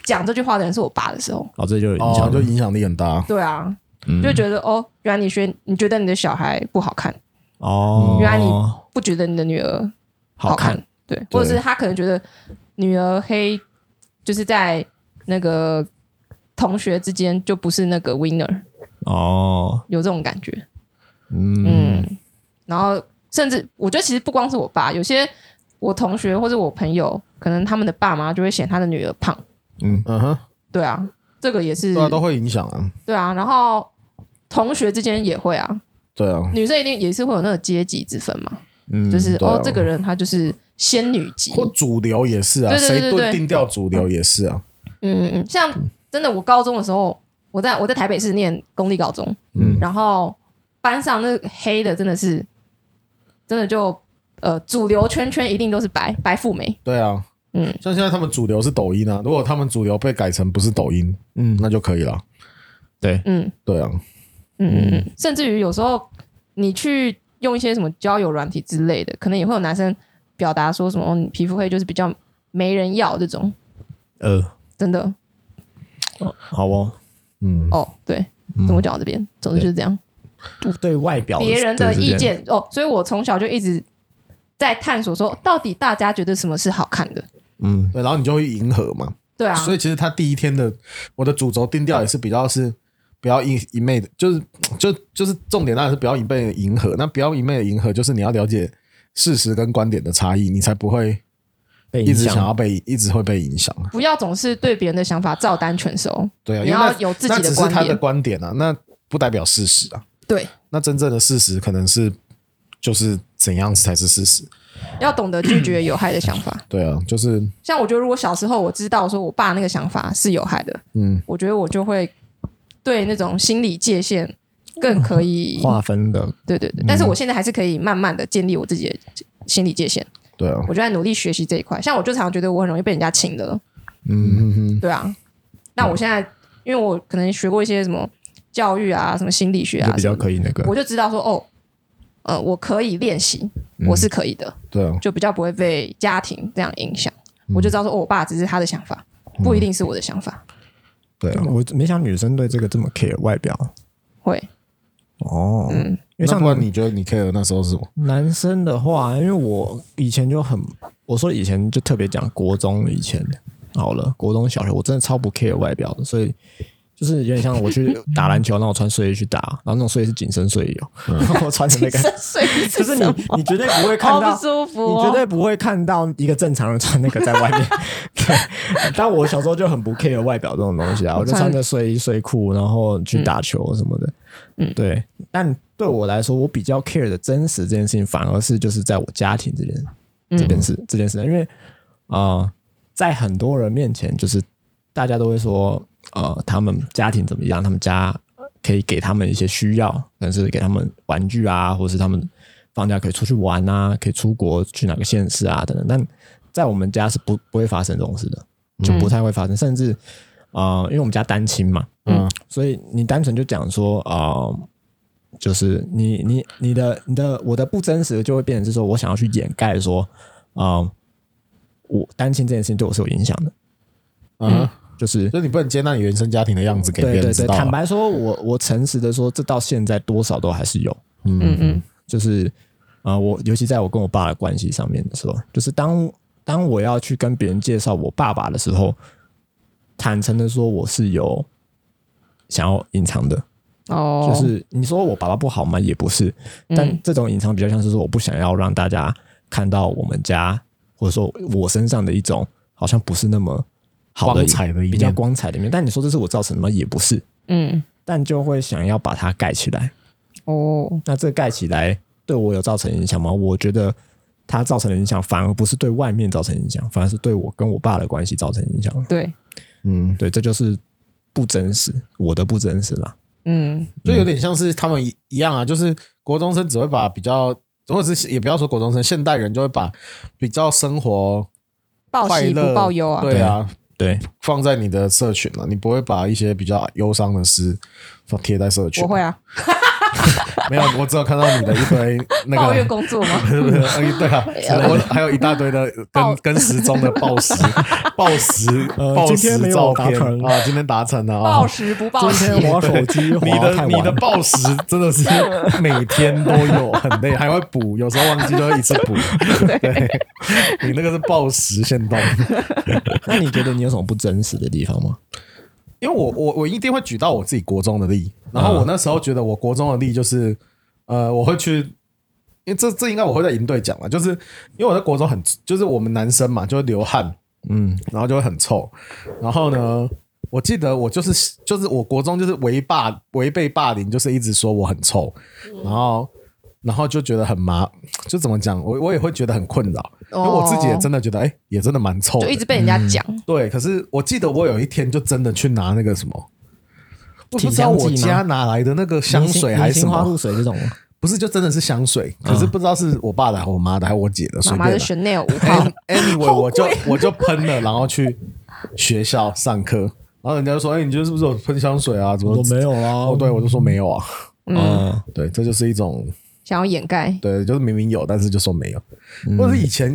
Speaker 2: 讲这句话的人是我爸的时候，
Speaker 3: 哦，这就有影响
Speaker 1: 哦
Speaker 3: 了，，
Speaker 1: 就影响力很大。
Speaker 2: 对啊，
Speaker 3: 嗯
Speaker 2: 就觉得、哦，原来你学，你觉得你的小孩不好看，
Speaker 3: 哦，
Speaker 2: 原来你不觉得你的女儿
Speaker 3: 好
Speaker 2: 看，
Speaker 3: 看，
Speaker 2: 对，或者是他可能觉得女儿黑，就是在那个同学之间就不是那个 winner，
Speaker 3: 哦，
Speaker 2: 有这种感觉，
Speaker 3: 嗯
Speaker 2: 嗯，然后甚至我觉得其实不光是我爸，有些我同学或者我朋友，可能他们的爸妈就会嫌他的女儿胖，
Speaker 3: 嗯，
Speaker 1: 嗯哼，
Speaker 2: 对啊，这个也是
Speaker 1: 对啊，都会影响啊。
Speaker 2: 对啊，然后同学之间也会啊，
Speaker 1: 对啊，
Speaker 2: 女生一定也是会有那个阶级之分嘛，
Speaker 3: 嗯
Speaker 2: 就是、
Speaker 1: 对啊
Speaker 2: 哦，这个人她就是仙女级，
Speaker 1: 或主流也是啊，
Speaker 2: 对对对对
Speaker 1: 谁
Speaker 2: 对
Speaker 1: 定定调主流也是啊。
Speaker 2: 嗯嗯嗯，像真的，我高中的时候，我在我在台北市念公立高中，
Speaker 1: 嗯
Speaker 2: 然后班上那黑的真的是，真的就呃主流圈圈一定都是白白富美，
Speaker 1: 对啊，
Speaker 2: 嗯，
Speaker 1: 像现在他们主流是抖音啊，如果他们主流被改成不是抖音，
Speaker 3: 嗯
Speaker 1: 那就可以了。
Speaker 3: 对，
Speaker 2: 嗯
Speaker 1: 对啊，
Speaker 2: 嗯嗯嗯，甚至于有时候你去用一些什么交友软体之类的，可能也会有男生表达说什么、哦你皮肤黑就是比较没人要这种，
Speaker 3: 呃，
Speaker 2: 真的
Speaker 3: 好哦，
Speaker 1: 嗯，
Speaker 2: 哦，对，怎么讲到这边，总之就是这样。
Speaker 3: 对对外表
Speaker 2: 别人
Speaker 3: 这
Speaker 2: 的
Speaker 3: 个是
Speaker 2: 意
Speaker 3: 这样，
Speaker 2: 见哦，所以我从小就一直在探索说，到底大家觉得什么是好看的？
Speaker 3: 嗯，
Speaker 1: 对，然后你就会迎合嘛。
Speaker 2: 对啊，
Speaker 1: 所以其实他第一天的我的主轴定调也是比较是不要一一昧的，就是就就是重点当然是不要一昧的迎合。那不要一昧的迎合，就是你要了解事实跟观点的差异，你才不会
Speaker 3: 被
Speaker 1: 一
Speaker 3: 影
Speaker 1: 直想
Speaker 3: 响
Speaker 1: 要被一直会被影响。啊
Speaker 2: 不要总是对别人的想法照单全收。
Speaker 1: 对啊，
Speaker 2: 你
Speaker 1: 因为
Speaker 2: 要
Speaker 1: 那
Speaker 2: 有自己的
Speaker 1: 那只是
Speaker 2: 观
Speaker 1: 他的
Speaker 2: 点
Speaker 1: 观点啊，那不代表事实啊。
Speaker 2: 对，
Speaker 1: 那真正的事实可能是就是怎样才是事实。
Speaker 2: 要懂得拒绝有害的想法。
Speaker 1: 对啊，就是
Speaker 2: 像我觉得，如果小时候我知道说我爸那个想法是有害的，
Speaker 1: 嗯，
Speaker 2: 我觉得我就会对那种心理界限更可
Speaker 1: 嗯
Speaker 2: 以，
Speaker 3: 划分的，
Speaker 2: 对对对。但是我现在还是可以慢慢的建立我自己的心理界限，
Speaker 1: 对啊，
Speaker 2: 我就在努力学习这一块。像我就常常觉得我很容易被人家请的，
Speaker 1: 嗯哼
Speaker 2: 对啊，那我现在因为我可能学过一些什么教育啊、什么心理学
Speaker 3: 就
Speaker 2: 啊
Speaker 3: 比较
Speaker 2: 什么
Speaker 3: 可以那
Speaker 2: 的
Speaker 3: 个，
Speaker 2: 我就知道说哦，呃，我可以练习，
Speaker 3: 嗯
Speaker 2: 我是可以的，
Speaker 1: 哼，对啊，
Speaker 2: 就比较不会被家庭这样影响。
Speaker 3: 嗯
Speaker 2: 我就知道说，哦，我爸只是他的想法，不一定是我的想法。
Speaker 1: 对啊。
Speaker 3: 我没想女生对这个这么 care 外表
Speaker 2: 会，
Speaker 3: 哦，
Speaker 2: 嗯，
Speaker 3: 因为
Speaker 1: 那
Speaker 3: 像
Speaker 1: 不然你觉得你 care 那时候是什么？
Speaker 3: 男生的话，因为我以前就很，我说以前就特别讲国中以前好了，国中小学我真的超不 care 外表的，所以就是有点像我去打篮球，然后我穿睡衣去打，然后那种睡衣是紧身睡衣哦，然后我穿成那个，
Speaker 2: 所以
Speaker 3: 就
Speaker 2: 这
Speaker 3: 是你你绝对不会看
Speaker 2: 好
Speaker 3: 到
Speaker 2: 不。舒服、
Speaker 3: 你
Speaker 2: 哦，
Speaker 3: 绝对不会看到一个正常人穿那个在外 面。对，但我小时候就很不 care 外表这种东西啊，我就穿着睡衣睡裤，然后去打球什么的。
Speaker 2: 嗯
Speaker 3: 对。但对我来说，我比较 care 的真实这件事情，反而是就是在我家庭这件
Speaker 2: 嗯
Speaker 3: 这件事、这件事，因为啊、呃在很多人面前，就是大家都会说，呃，他们家庭怎么样，他们家可以给他们一些需要，可能是给他们玩具啊，或者是他们放假可以出去玩啊，可以出国去哪个县市啊等等。但在我们家是不不会发生这种事的，就不太会发生，甚至啊、呃因为我们家单亲嘛，
Speaker 1: 嗯
Speaker 3: 所以你单纯就讲说啊、呃就是你你你的你的我的不真实就会变成是说我想要去掩盖说啊、呃我单亲这件事情对我是有影响的，
Speaker 1: 嗯，
Speaker 3: 就是
Speaker 1: 就是你不能接纳你原生家庭的样子给别
Speaker 3: 对
Speaker 1: 人
Speaker 3: 对
Speaker 1: 知
Speaker 3: 对，
Speaker 1: 道啊。
Speaker 3: 坦白说，我我诚实的说，这到现在多少都还是有，
Speaker 2: 嗯嗯
Speaker 3: 就是啊、呃我尤其在我跟我爸的关系上面的时候，就是当当我要去跟别人介绍我爸爸的时候，坦诚的说，我是有想要隐藏的，
Speaker 2: 哦，
Speaker 3: 就是你说我爸爸不好吗？也不是，但
Speaker 2: 嗯
Speaker 3: 这种隐藏比较像是说我不想要让大家看到我们家或者说我身上的一种好像不是那么好的
Speaker 1: 光彩的一面
Speaker 3: 比较光彩的一面。但你说这是我造成的吗？也不是，
Speaker 2: 嗯
Speaker 3: 但就会想要把它盖起来。
Speaker 2: 哦，
Speaker 3: 那这盖起来对我有造成影响吗？我觉得它造成的影响反而不是对外面造成影响，反而是对我跟我爸的关系造成影响。
Speaker 2: 对，
Speaker 1: 嗯，
Speaker 3: 对，这就是不真实，我的不真实啦。
Speaker 2: 嗯
Speaker 1: 就有点像是他们一一样啊，就是国中生只会把比较，或者是也不要说国中生，现代人就会把比较生活
Speaker 2: 报
Speaker 1: 快
Speaker 2: 喜
Speaker 1: 乐
Speaker 2: 不报忧啊，
Speaker 1: 对啊，
Speaker 3: 对，
Speaker 1: 放在你的社群了、啊你不会把一些比较忧伤的诗放贴在社群。
Speaker 2: 我会，啊，
Speaker 1: 没有，我只有看到你的一堆那
Speaker 2: 抱怨
Speaker 1: 个。
Speaker 2: 工作 吗？
Speaker 1: 对不对？哎 对啊，我还有一大堆的
Speaker 2: 报
Speaker 1: 跟跟时钟的报时、报时、
Speaker 3: 呃
Speaker 1: 报
Speaker 3: 今天没
Speaker 1: 时
Speaker 3: 有
Speaker 1: 照
Speaker 3: 达
Speaker 1: 片
Speaker 3: 成
Speaker 1: 啊，今天达成了啊！
Speaker 2: 报时不报喜
Speaker 3: 哦今，天我手机
Speaker 1: 你
Speaker 3: 滑
Speaker 1: 的
Speaker 3: 太
Speaker 1: 你
Speaker 3: 晚
Speaker 1: 的
Speaker 3: 了。
Speaker 1: 暴食真的是每天都有，很累，还会补，有时候忘记就会一次补。对，你那个是暴食限动，
Speaker 3: 那你觉得你有什么不真实的地方吗？
Speaker 1: 因为我我我一定会举到我自己国中的例，然后我那时候觉得我国中的例就是，呃，我会去，因为这这应该我会在营队讲了，就是因为我在国中很，就是我们男生嘛，就会流汗，
Speaker 3: 嗯，
Speaker 1: 然后就会很臭。然后呢，我记得我就是就是我国中就是违霸违背霸凌，就是一直说我很
Speaker 2: 嗯
Speaker 1: 臭，然后然后就觉得很麻，就怎么讲，我我也会觉得很困扰。因为我自己也真的觉得，哎、也真的蛮臭的
Speaker 2: 哦就一直被人家
Speaker 3: 嗯
Speaker 2: 讲，
Speaker 1: 对，可是我记得我有一天就真的去拿那个什么，我不知道
Speaker 3: 体香
Speaker 1: 我
Speaker 3: 剂吗
Speaker 1: 家哪来的那个香水还是什
Speaker 3: 花露
Speaker 1: 么，
Speaker 3: 水这种吗？
Speaker 1: 不是就真的是香水，可是不知道是我爸的、还是我妈的、还是我姐的，随
Speaker 2: 妈
Speaker 1: 便
Speaker 2: 妈的
Speaker 1: 啦
Speaker 2: Chanel 五号，
Speaker 3: 哎
Speaker 1: An- Anyway，我就我就喷了，然后去学校上课，然后人家就说：“哎、你今天是不是有喷香水啊？”怎么
Speaker 3: 我没有啊，
Speaker 1: 哦，对，我就说没有啊。
Speaker 2: 嗯，
Speaker 3: 嗯，
Speaker 1: 对，这就是一种
Speaker 2: 想要掩盖，
Speaker 1: 对，就是明明有，但是就说没有，
Speaker 3: 嗯
Speaker 1: 或者是以前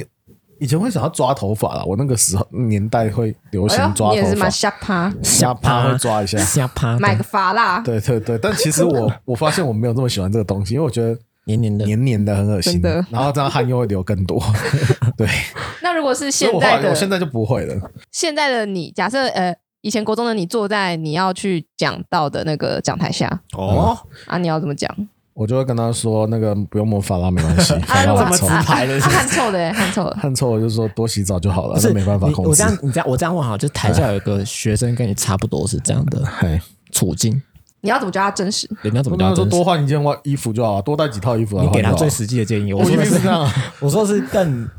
Speaker 1: 以前会想要抓头发啦，我那个时候年代会流行
Speaker 2: 哎呦，
Speaker 1: 抓
Speaker 2: 你也
Speaker 1: 头
Speaker 2: 是
Speaker 1: 发
Speaker 2: 蛮，吓趴，
Speaker 1: 下趴
Speaker 3: 啊
Speaker 1: 会抓一下。
Speaker 3: 瞎趴，
Speaker 2: 买个发蜡，
Speaker 1: 对对对，但其实我我发现我没有这么喜欢这个东西，因为我觉得
Speaker 3: 黏黏的，
Speaker 1: 黏黏的很恶心
Speaker 2: 真的，
Speaker 1: 然后这样汗又会流 更多。对，
Speaker 2: 那如果是
Speaker 1: 所以
Speaker 2: 现
Speaker 1: 我后
Speaker 2: 在
Speaker 1: 来
Speaker 2: 的
Speaker 1: 我现在就不会了。
Speaker 2: 现在的你，假设呃，以前国中的你坐在你要去讲到的那个讲台下
Speaker 3: 哦，
Speaker 2: 啊，你要怎么讲？啊，
Speaker 1: 我就会跟他说，那个不用抹发蜡没关
Speaker 3: 啊
Speaker 1: 系，发
Speaker 2: 如
Speaker 1: 蜡
Speaker 2: 果
Speaker 1: 很臭，
Speaker 3: 排的是
Speaker 2: 啊汗臭的欸，汗臭的，
Speaker 1: 汗臭我就说多洗澡就好了，
Speaker 3: 不
Speaker 1: 那
Speaker 3: 是
Speaker 1: 没办法
Speaker 3: 你
Speaker 1: 控
Speaker 3: 我
Speaker 1: 制
Speaker 3: 这。样，你这样，我这样问哈，就台下有一个学生跟你差不多是这样的
Speaker 1: 嘿，
Speaker 3: 处境，
Speaker 2: 你要怎么叫他真实？
Speaker 3: 人家怎么
Speaker 1: 我跟
Speaker 3: 叫
Speaker 1: 他说
Speaker 3: 真实
Speaker 1: 多？换一件外衣服就好，多带几套衣服来
Speaker 3: 你
Speaker 1: 换
Speaker 3: 给
Speaker 1: 就
Speaker 3: 他
Speaker 1: 好。
Speaker 3: 最实际的建议，我
Speaker 1: 我
Speaker 3: 说
Speaker 1: 一
Speaker 3: 的
Speaker 1: 定是这
Speaker 3: 是，
Speaker 1: 样啊。
Speaker 3: 我说的是更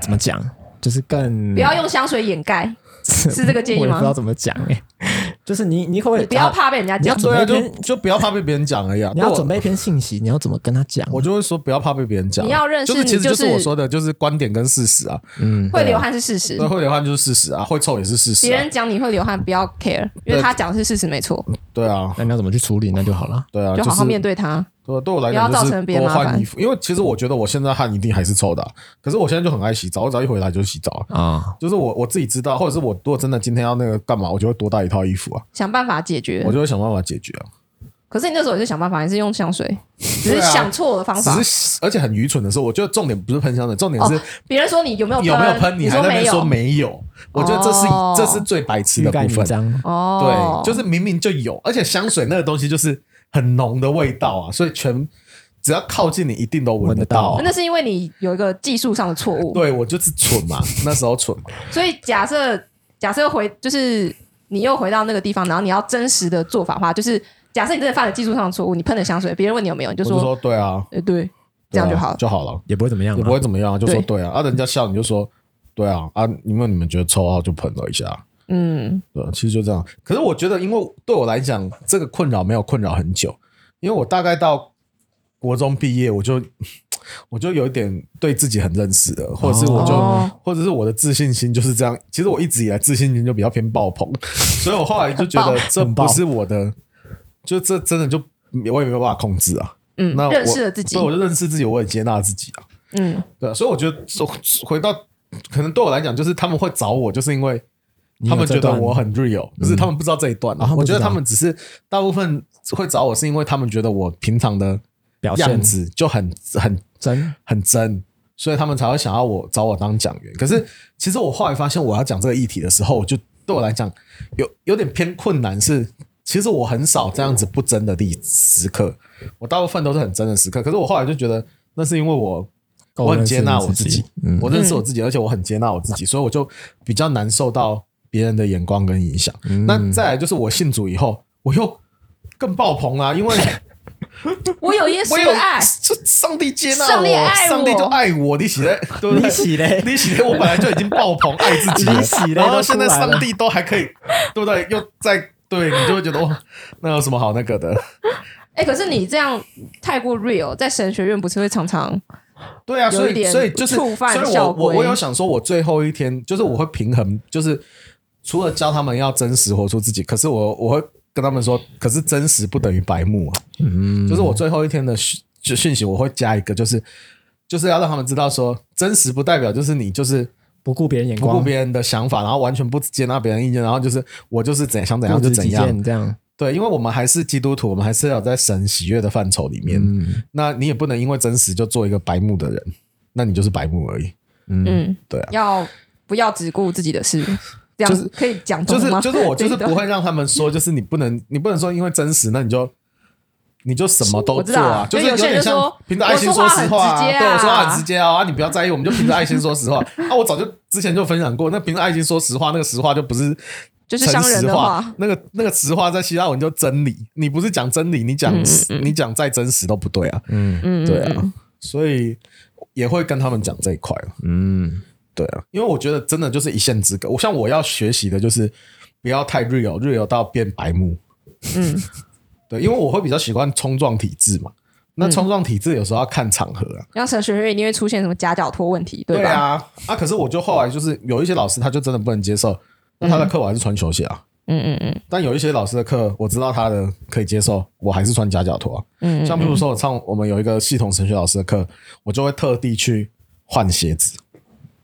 Speaker 3: 怎么讲，就是更
Speaker 2: 不要用香水掩盖，是这个建议
Speaker 3: 我也
Speaker 2: 吗
Speaker 3: 不知道怎么讲哎、 就是你你可不可以
Speaker 2: 你不要怕被人家
Speaker 3: 你要
Speaker 2: 讲。
Speaker 3: 准
Speaker 1: 对
Speaker 3: 备
Speaker 1: 啊，
Speaker 3: 一
Speaker 1: 就
Speaker 3: 篇，
Speaker 1: 就不要怕被别人讲而已、啊。
Speaker 3: 你
Speaker 1: 对
Speaker 3: 要
Speaker 1: 我
Speaker 3: 准备一篇信息，你要怎么跟他讲？
Speaker 1: 我就会说不要怕被别人讲啊。
Speaker 2: 你要认识
Speaker 1: 就是其实
Speaker 2: 你就
Speaker 1: 就是是我说的，就是观点跟事实啊。
Speaker 3: 嗯，
Speaker 2: 会流汗是事实
Speaker 1: 对，，会流汗就是事实啊，会臭也是事实
Speaker 2: 别
Speaker 1: 啊
Speaker 2: 人。讲你会流汗，不要 care，因为他讲的是事实，没错，
Speaker 1: 对啊，
Speaker 3: 那你要怎么去处理？那就好了。
Speaker 1: 对啊，
Speaker 2: 就好好
Speaker 1: 是
Speaker 2: 面对他。
Speaker 1: 对，对我来
Speaker 2: 不要
Speaker 1: 讲就
Speaker 2: 造成
Speaker 1: 是
Speaker 2: 别人
Speaker 1: 多
Speaker 2: 麻烦
Speaker 1: 换衣服，因为其实我觉得我现在汗一定还是臭的啊、可是我现在就很爱洗澡，我只要一回来就洗澡啊、
Speaker 3: 啊、
Speaker 1: 就是我我自己知道，或者是我如果真的今天要那个干嘛，我就会多带一套衣服啊，
Speaker 2: 想办法解决
Speaker 1: 我，就会想办法解决啊。
Speaker 2: 可是你那时候也是想办法，你是用香水，只是
Speaker 1: 对啊
Speaker 2: 想错了方法
Speaker 1: 只。是而且很愚蠢的是，我觉得重点不是喷香水，重点是
Speaker 2: 哦别人说你有没有
Speaker 1: 有没有喷，
Speaker 2: 你
Speaker 1: 你还在那
Speaker 2: 没
Speaker 1: 边说
Speaker 2: 有
Speaker 1: 没有，我觉得这是
Speaker 2: 哦
Speaker 1: 这是最白痴
Speaker 3: 欲
Speaker 1: 的
Speaker 3: 盖
Speaker 1: 部
Speaker 3: 弥
Speaker 1: 分。啊
Speaker 3: 彰，
Speaker 2: 哦
Speaker 1: 对，，就是明明就有，而且香水那个东西就是很浓的味道啊，所以全只要靠近你一定都闻得到啊、
Speaker 2: 哦那是因为你有一个技术上的错误。
Speaker 1: 对我就是蠢 嘛，那时候蠢嘛，
Speaker 2: 所以假设假设回就是你又回到那个地方，然后你要真实的做法的话，就是假设你真的犯了技术上的错误，你喷了香水，别人问你有没有，你就
Speaker 1: 我就
Speaker 2: 说
Speaker 1: 说对啊，
Speaker 2: 呃对，这样
Speaker 1: 对
Speaker 2: 就
Speaker 1: 啊
Speaker 2: 好了。
Speaker 1: 就好了，
Speaker 3: 也不会怎么样
Speaker 1: 也
Speaker 3: 嘛，
Speaker 1: 不会怎么样啊，就说
Speaker 2: 对
Speaker 1: 对啊，啊人家笑你就说对啊，啊因为你们觉得臭啊，我就喷了一下，
Speaker 2: 嗯，
Speaker 1: 对啊、其实就这样。可是我觉得，因为对我来讲，这个困扰没有困扰很久，因为我大概到国中毕业，我就我就有一点对自己很认识了，或者是我就、
Speaker 2: 哦
Speaker 1: 或者是我的自信心就是这样。其实我一直以来自信心就比较偏爆棚， 所以我后来就觉得这
Speaker 3: 很爆
Speaker 1: 不是我的，就这真的就我也没有办法控制啊。
Speaker 2: 嗯
Speaker 1: 那我
Speaker 2: 认识了自己
Speaker 1: 所以我就认识自己，我也接纳自己啊。
Speaker 2: 嗯，
Speaker 1: 对啊，所以我觉得所回到可能对我来讲，就是他们会找我，就是因为。
Speaker 3: 你有
Speaker 1: 他们
Speaker 3: 这
Speaker 1: 觉得
Speaker 3: 段嗯
Speaker 1: 我很 real，不是他们不知道这一段啊、
Speaker 3: 啊他们不
Speaker 1: 我
Speaker 3: 知
Speaker 1: 觉
Speaker 3: 道
Speaker 1: 得他们只是大部分会找我，是因为他们觉得我平常的
Speaker 3: 表
Speaker 1: 样啊
Speaker 3: 现
Speaker 1: 子就很很
Speaker 3: 真
Speaker 1: 很真，所以他们才会想要我找我当讲员。可是其实我后来发现，我要讲这个议题的时候，我就对我来讲有有点偏困难是。其实我很少这样子不真的例时刻，我大部分都是很真的时刻。可是我后来就觉得，那是因为我
Speaker 3: 够
Speaker 1: 我很
Speaker 3: 认识
Speaker 1: 接纳
Speaker 3: 你
Speaker 1: 我
Speaker 3: 自
Speaker 1: 自己
Speaker 3: 己，嗯
Speaker 1: 我认识我自己，而且我很接纳我自己，所以我就比较难受到别人的眼光跟影响。
Speaker 3: 嗯
Speaker 1: 那再来就是我信主以后，我又更爆棚啦、因为
Speaker 2: 我有耶稣
Speaker 1: 我有
Speaker 2: 的爱，
Speaker 1: 就上帝接纳
Speaker 2: 上帝
Speaker 1: 我，
Speaker 2: 爱我
Speaker 1: 上帝就爱我，你喜嘞， 对 不
Speaker 3: 你
Speaker 1: 对？
Speaker 3: 洗嘞，
Speaker 1: 你喜嘞，我本来就已经爆棚爱自己了，
Speaker 3: 你洗嘞
Speaker 1: 然后
Speaker 3: 都出
Speaker 1: 现
Speaker 3: 来
Speaker 1: 在
Speaker 3: 了
Speaker 1: 上帝都还可以，对不对？又在对你就会觉得哇，那有什么好那个的？
Speaker 2: 哎，可是你这样太过 real，在神学院不是会常常
Speaker 1: 对啊，
Speaker 2: 有
Speaker 1: 所
Speaker 2: 一
Speaker 1: 以
Speaker 2: 点
Speaker 1: 所以就是，
Speaker 2: 触犯
Speaker 1: 所以
Speaker 2: 校
Speaker 1: 我
Speaker 2: 规
Speaker 1: 我我有想说，我最后一天就是我会平衡，就是除了教他们要真实活出自己，可是我我会跟他们说，可是真实不等于白目啊。
Speaker 3: 嗯，
Speaker 1: 就是我最后一天的讯就讯息，我会加一个，就是就是要让他们知道说，真实不代表就是你就是。
Speaker 3: 不顾别人眼
Speaker 1: 不顾
Speaker 3: 光，
Speaker 1: 别人的想法，然后完全不接纳别人意见，然后就是我就是怎想怎样
Speaker 3: 固
Speaker 1: 就
Speaker 3: 执
Speaker 1: 怎
Speaker 3: 己
Speaker 1: 样。
Speaker 3: 见这样，
Speaker 1: 对，因为我们还是基督徒，我们还是要在神喜悦的范畴里面。
Speaker 3: 嗯
Speaker 1: 那你也不能因为真实就做一个白目的人，那你就是白目而已。
Speaker 3: 嗯，
Speaker 2: 嗯
Speaker 1: 对啊
Speaker 2: 要不要只顾自己的事？这样
Speaker 1: 就是
Speaker 2: 可以讲
Speaker 1: 就
Speaker 2: 通
Speaker 1: 是
Speaker 2: 吗？
Speaker 1: 就是 我就是
Speaker 2: 这一段
Speaker 1: 不会让他们说，就是你不能你不能说因为真实，那你就你就什么都
Speaker 2: 我知
Speaker 1: 做
Speaker 2: 道
Speaker 1: 啊，就是
Speaker 2: 就有些人
Speaker 1: 点
Speaker 2: 就
Speaker 1: 像
Speaker 2: 说
Speaker 1: 凭着爱心
Speaker 2: 我说话
Speaker 1: 实话
Speaker 2: 很直接啊
Speaker 1: 对我说话很直接啊，啊你不要在意，我们就凭着爱心说实话啊。我早就之前就分享过，那凭着爱心说实话，那个实话就不是
Speaker 2: 就是
Speaker 1: 诚
Speaker 2: 商人
Speaker 1: 实
Speaker 2: 的
Speaker 1: 话
Speaker 2: 话，
Speaker 1: 那个那个实话在希腊文就真理，你不是讲真理，你讲
Speaker 2: 嗯嗯
Speaker 1: 你讲再真实都不对啊，
Speaker 3: 嗯，
Speaker 2: 嗯，嗯
Speaker 1: 对啊
Speaker 2: 嗯，
Speaker 1: 所以也会跟他们讲这一块了。
Speaker 4: 嗯，
Speaker 1: 对啊，因为我觉得真的就是一线之隔。我像我要学习的就是不要太 real，real 到变白目。
Speaker 2: 嗯，
Speaker 1: 对，因为我会比较喜欢冲撞体制嘛。那
Speaker 2: 嗯
Speaker 1: 冲撞体制有时候要看场合啊。
Speaker 2: 像神学院一定会出现什么夹脚拖问题，
Speaker 1: 对
Speaker 2: 吧？
Speaker 1: 啊，啊，可是我就后来就是有一些老师他就真的不能接受，那他的课我还是穿球鞋啊。
Speaker 2: 嗯嗯嗯
Speaker 1: 但有一些老师的课，我知道他的可以接受，我还是穿夹脚拖啊。
Speaker 2: 嗯嗯，
Speaker 1: 像比如说我上我们有一个系统神学老师的课，我就会特地去换鞋子，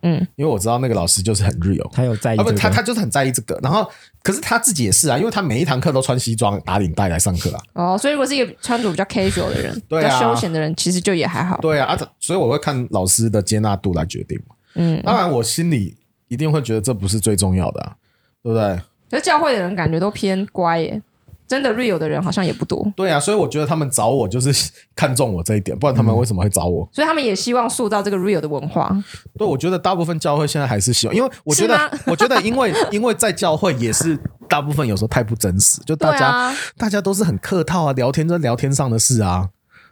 Speaker 2: 嗯，
Speaker 1: 因为我知道那个老师就是很 real，
Speaker 3: 他有在意
Speaker 1: 啊
Speaker 3: 这
Speaker 1: 不，
Speaker 3: 个，
Speaker 1: 他他就是很在意这个。然后，可是他自己也是啊，因为他每一堂课都穿西装打领带来上课啊。
Speaker 2: 哦，所以如果是一个穿着比较 casual 的人，
Speaker 1: 对啊
Speaker 2: 比较休闲的人，其实就也还好。
Speaker 1: 对啊，啊，所以我会看老师的接纳度来决定嘛。
Speaker 2: 嗯，
Speaker 1: 当然，我心里一定会觉得这不是最重要的啊，对不对？
Speaker 2: 可是教会的人感觉都偏乖耶，真的 real 的人好像也不多，
Speaker 1: 对啊，所以我觉得他们找我就是 看中我这一点，不然他们为什么会找我？
Speaker 2: 所以他们也希望塑造这个 real 的文化。
Speaker 1: 对，我觉得大部分教会现在还是希望，因为我觉得
Speaker 2: 是吗，
Speaker 1: 我觉得因为因为在教会也是大部分有时候太不真实，就
Speaker 2: 对
Speaker 1: 大家、
Speaker 2: 啊，
Speaker 1: 大家都是很客套啊，聊天就聊天上的事啊，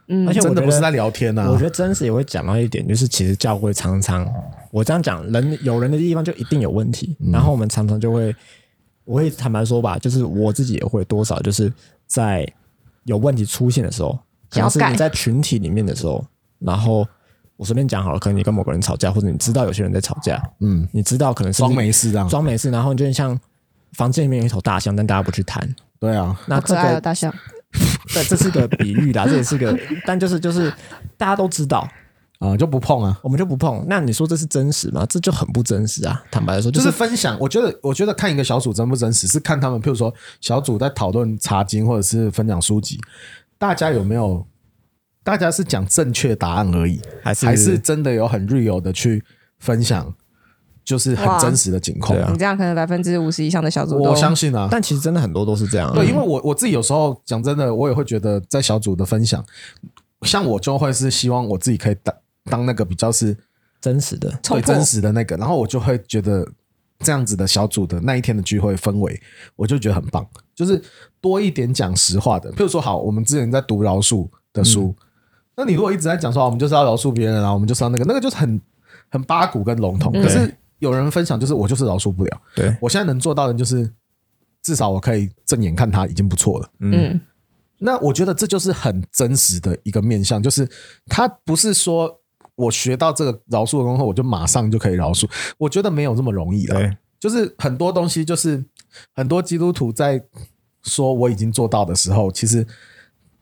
Speaker 2: 嗯
Speaker 3: 而且我
Speaker 1: 真的
Speaker 3: 觉
Speaker 1: 不是
Speaker 3: 得
Speaker 1: 在聊天啊
Speaker 3: 我觉。得真实也会讲到一点，就是其实教会常常，我这样讲，人有人的地方就一定有问题。
Speaker 1: 嗯
Speaker 3: 然后我们常常就会，我会坦白说吧，就是我自己也会多少，就是在有问题出现的时候，可
Speaker 2: 想要
Speaker 3: 能是
Speaker 2: 改
Speaker 3: 你在群体里面的时候，然后我随便讲好了，可能你跟某个人吵架，或者你知道有些人在吵架，
Speaker 1: 嗯，
Speaker 3: 你知道可能是
Speaker 1: 装没事这样，
Speaker 3: 装没事，然后你就像房间里面有一头大象，但大家不去谈，
Speaker 1: 对啊，
Speaker 3: 那
Speaker 2: 可
Speaker 3: 这
Speaker 2: 爱的哦
Speaker 3: 个
Speaker 2: 大象，
Speaker 3: 对，这是个比喻啦，这也是个，但就是就是大家都知道。
Speaker 1: 啊、就不碰啊，
Speaker 3: 我们就不碰。那你说这是真实吗？这就很不真实啊！坦白来说，
Speaker 1: 就
Speaker 3: 就是是
Speaker 1: 分享。我觉得，我觉得看一个小组真不真实，是看他们，譬如说小组在讨论查经或者是分享书籍，大家有没有，大家是讲正确答案而已，
Speaker 3: 还是
Speaker 1: 还是真的有很 real 的去分享，就是很
Speaker 2: 哇
Speaker 1: 真实的情况。
Speaker 3: 对啊
Speaker 2: 你这样可能百分之五十以上的小组都
Speaker 1: 我相信啊，
Speaker 3: 但其实真的很多都是这样、啊。
Speaker 1: 对，因为我我自己有时候讲真的，我也会觉得在小组的分享，像我就会是希望我自己可以当当那个比较是
Speaker 3: 真实的，
Speaker 2: 冲
Speaker 1: 最
Speaker 2: 破
Speaker 1: 真实的那个，然后我就会觉得这样子的小组的那一天的聚会氛围，我就觉得很棒，就是多一点讲实话的。譬如说，好，我们之前在读饶恕的书，那你如果一直在讲说、啊我们就是要饶恕别人啊，我们就是要那个，那个就是很很八股跟笼统。可是有人分享就是我就是饶恕不了，
Speaker 3: 对，
Speaker 1: 我现在能做到的就是至少我可以正眼看他已经不错了。
Speaker 2: 嗯
Speaker 1: 那我觉得这就是很真实的一个面向，就是他不是说我学到这个饶恕的功课，我就马上就可以饶恕。我觉得没有这么容易的，
Speaker 3: 对，
Speaker 1: 就是很多东西，就是很多基督徒在说我已经做到的时候，其实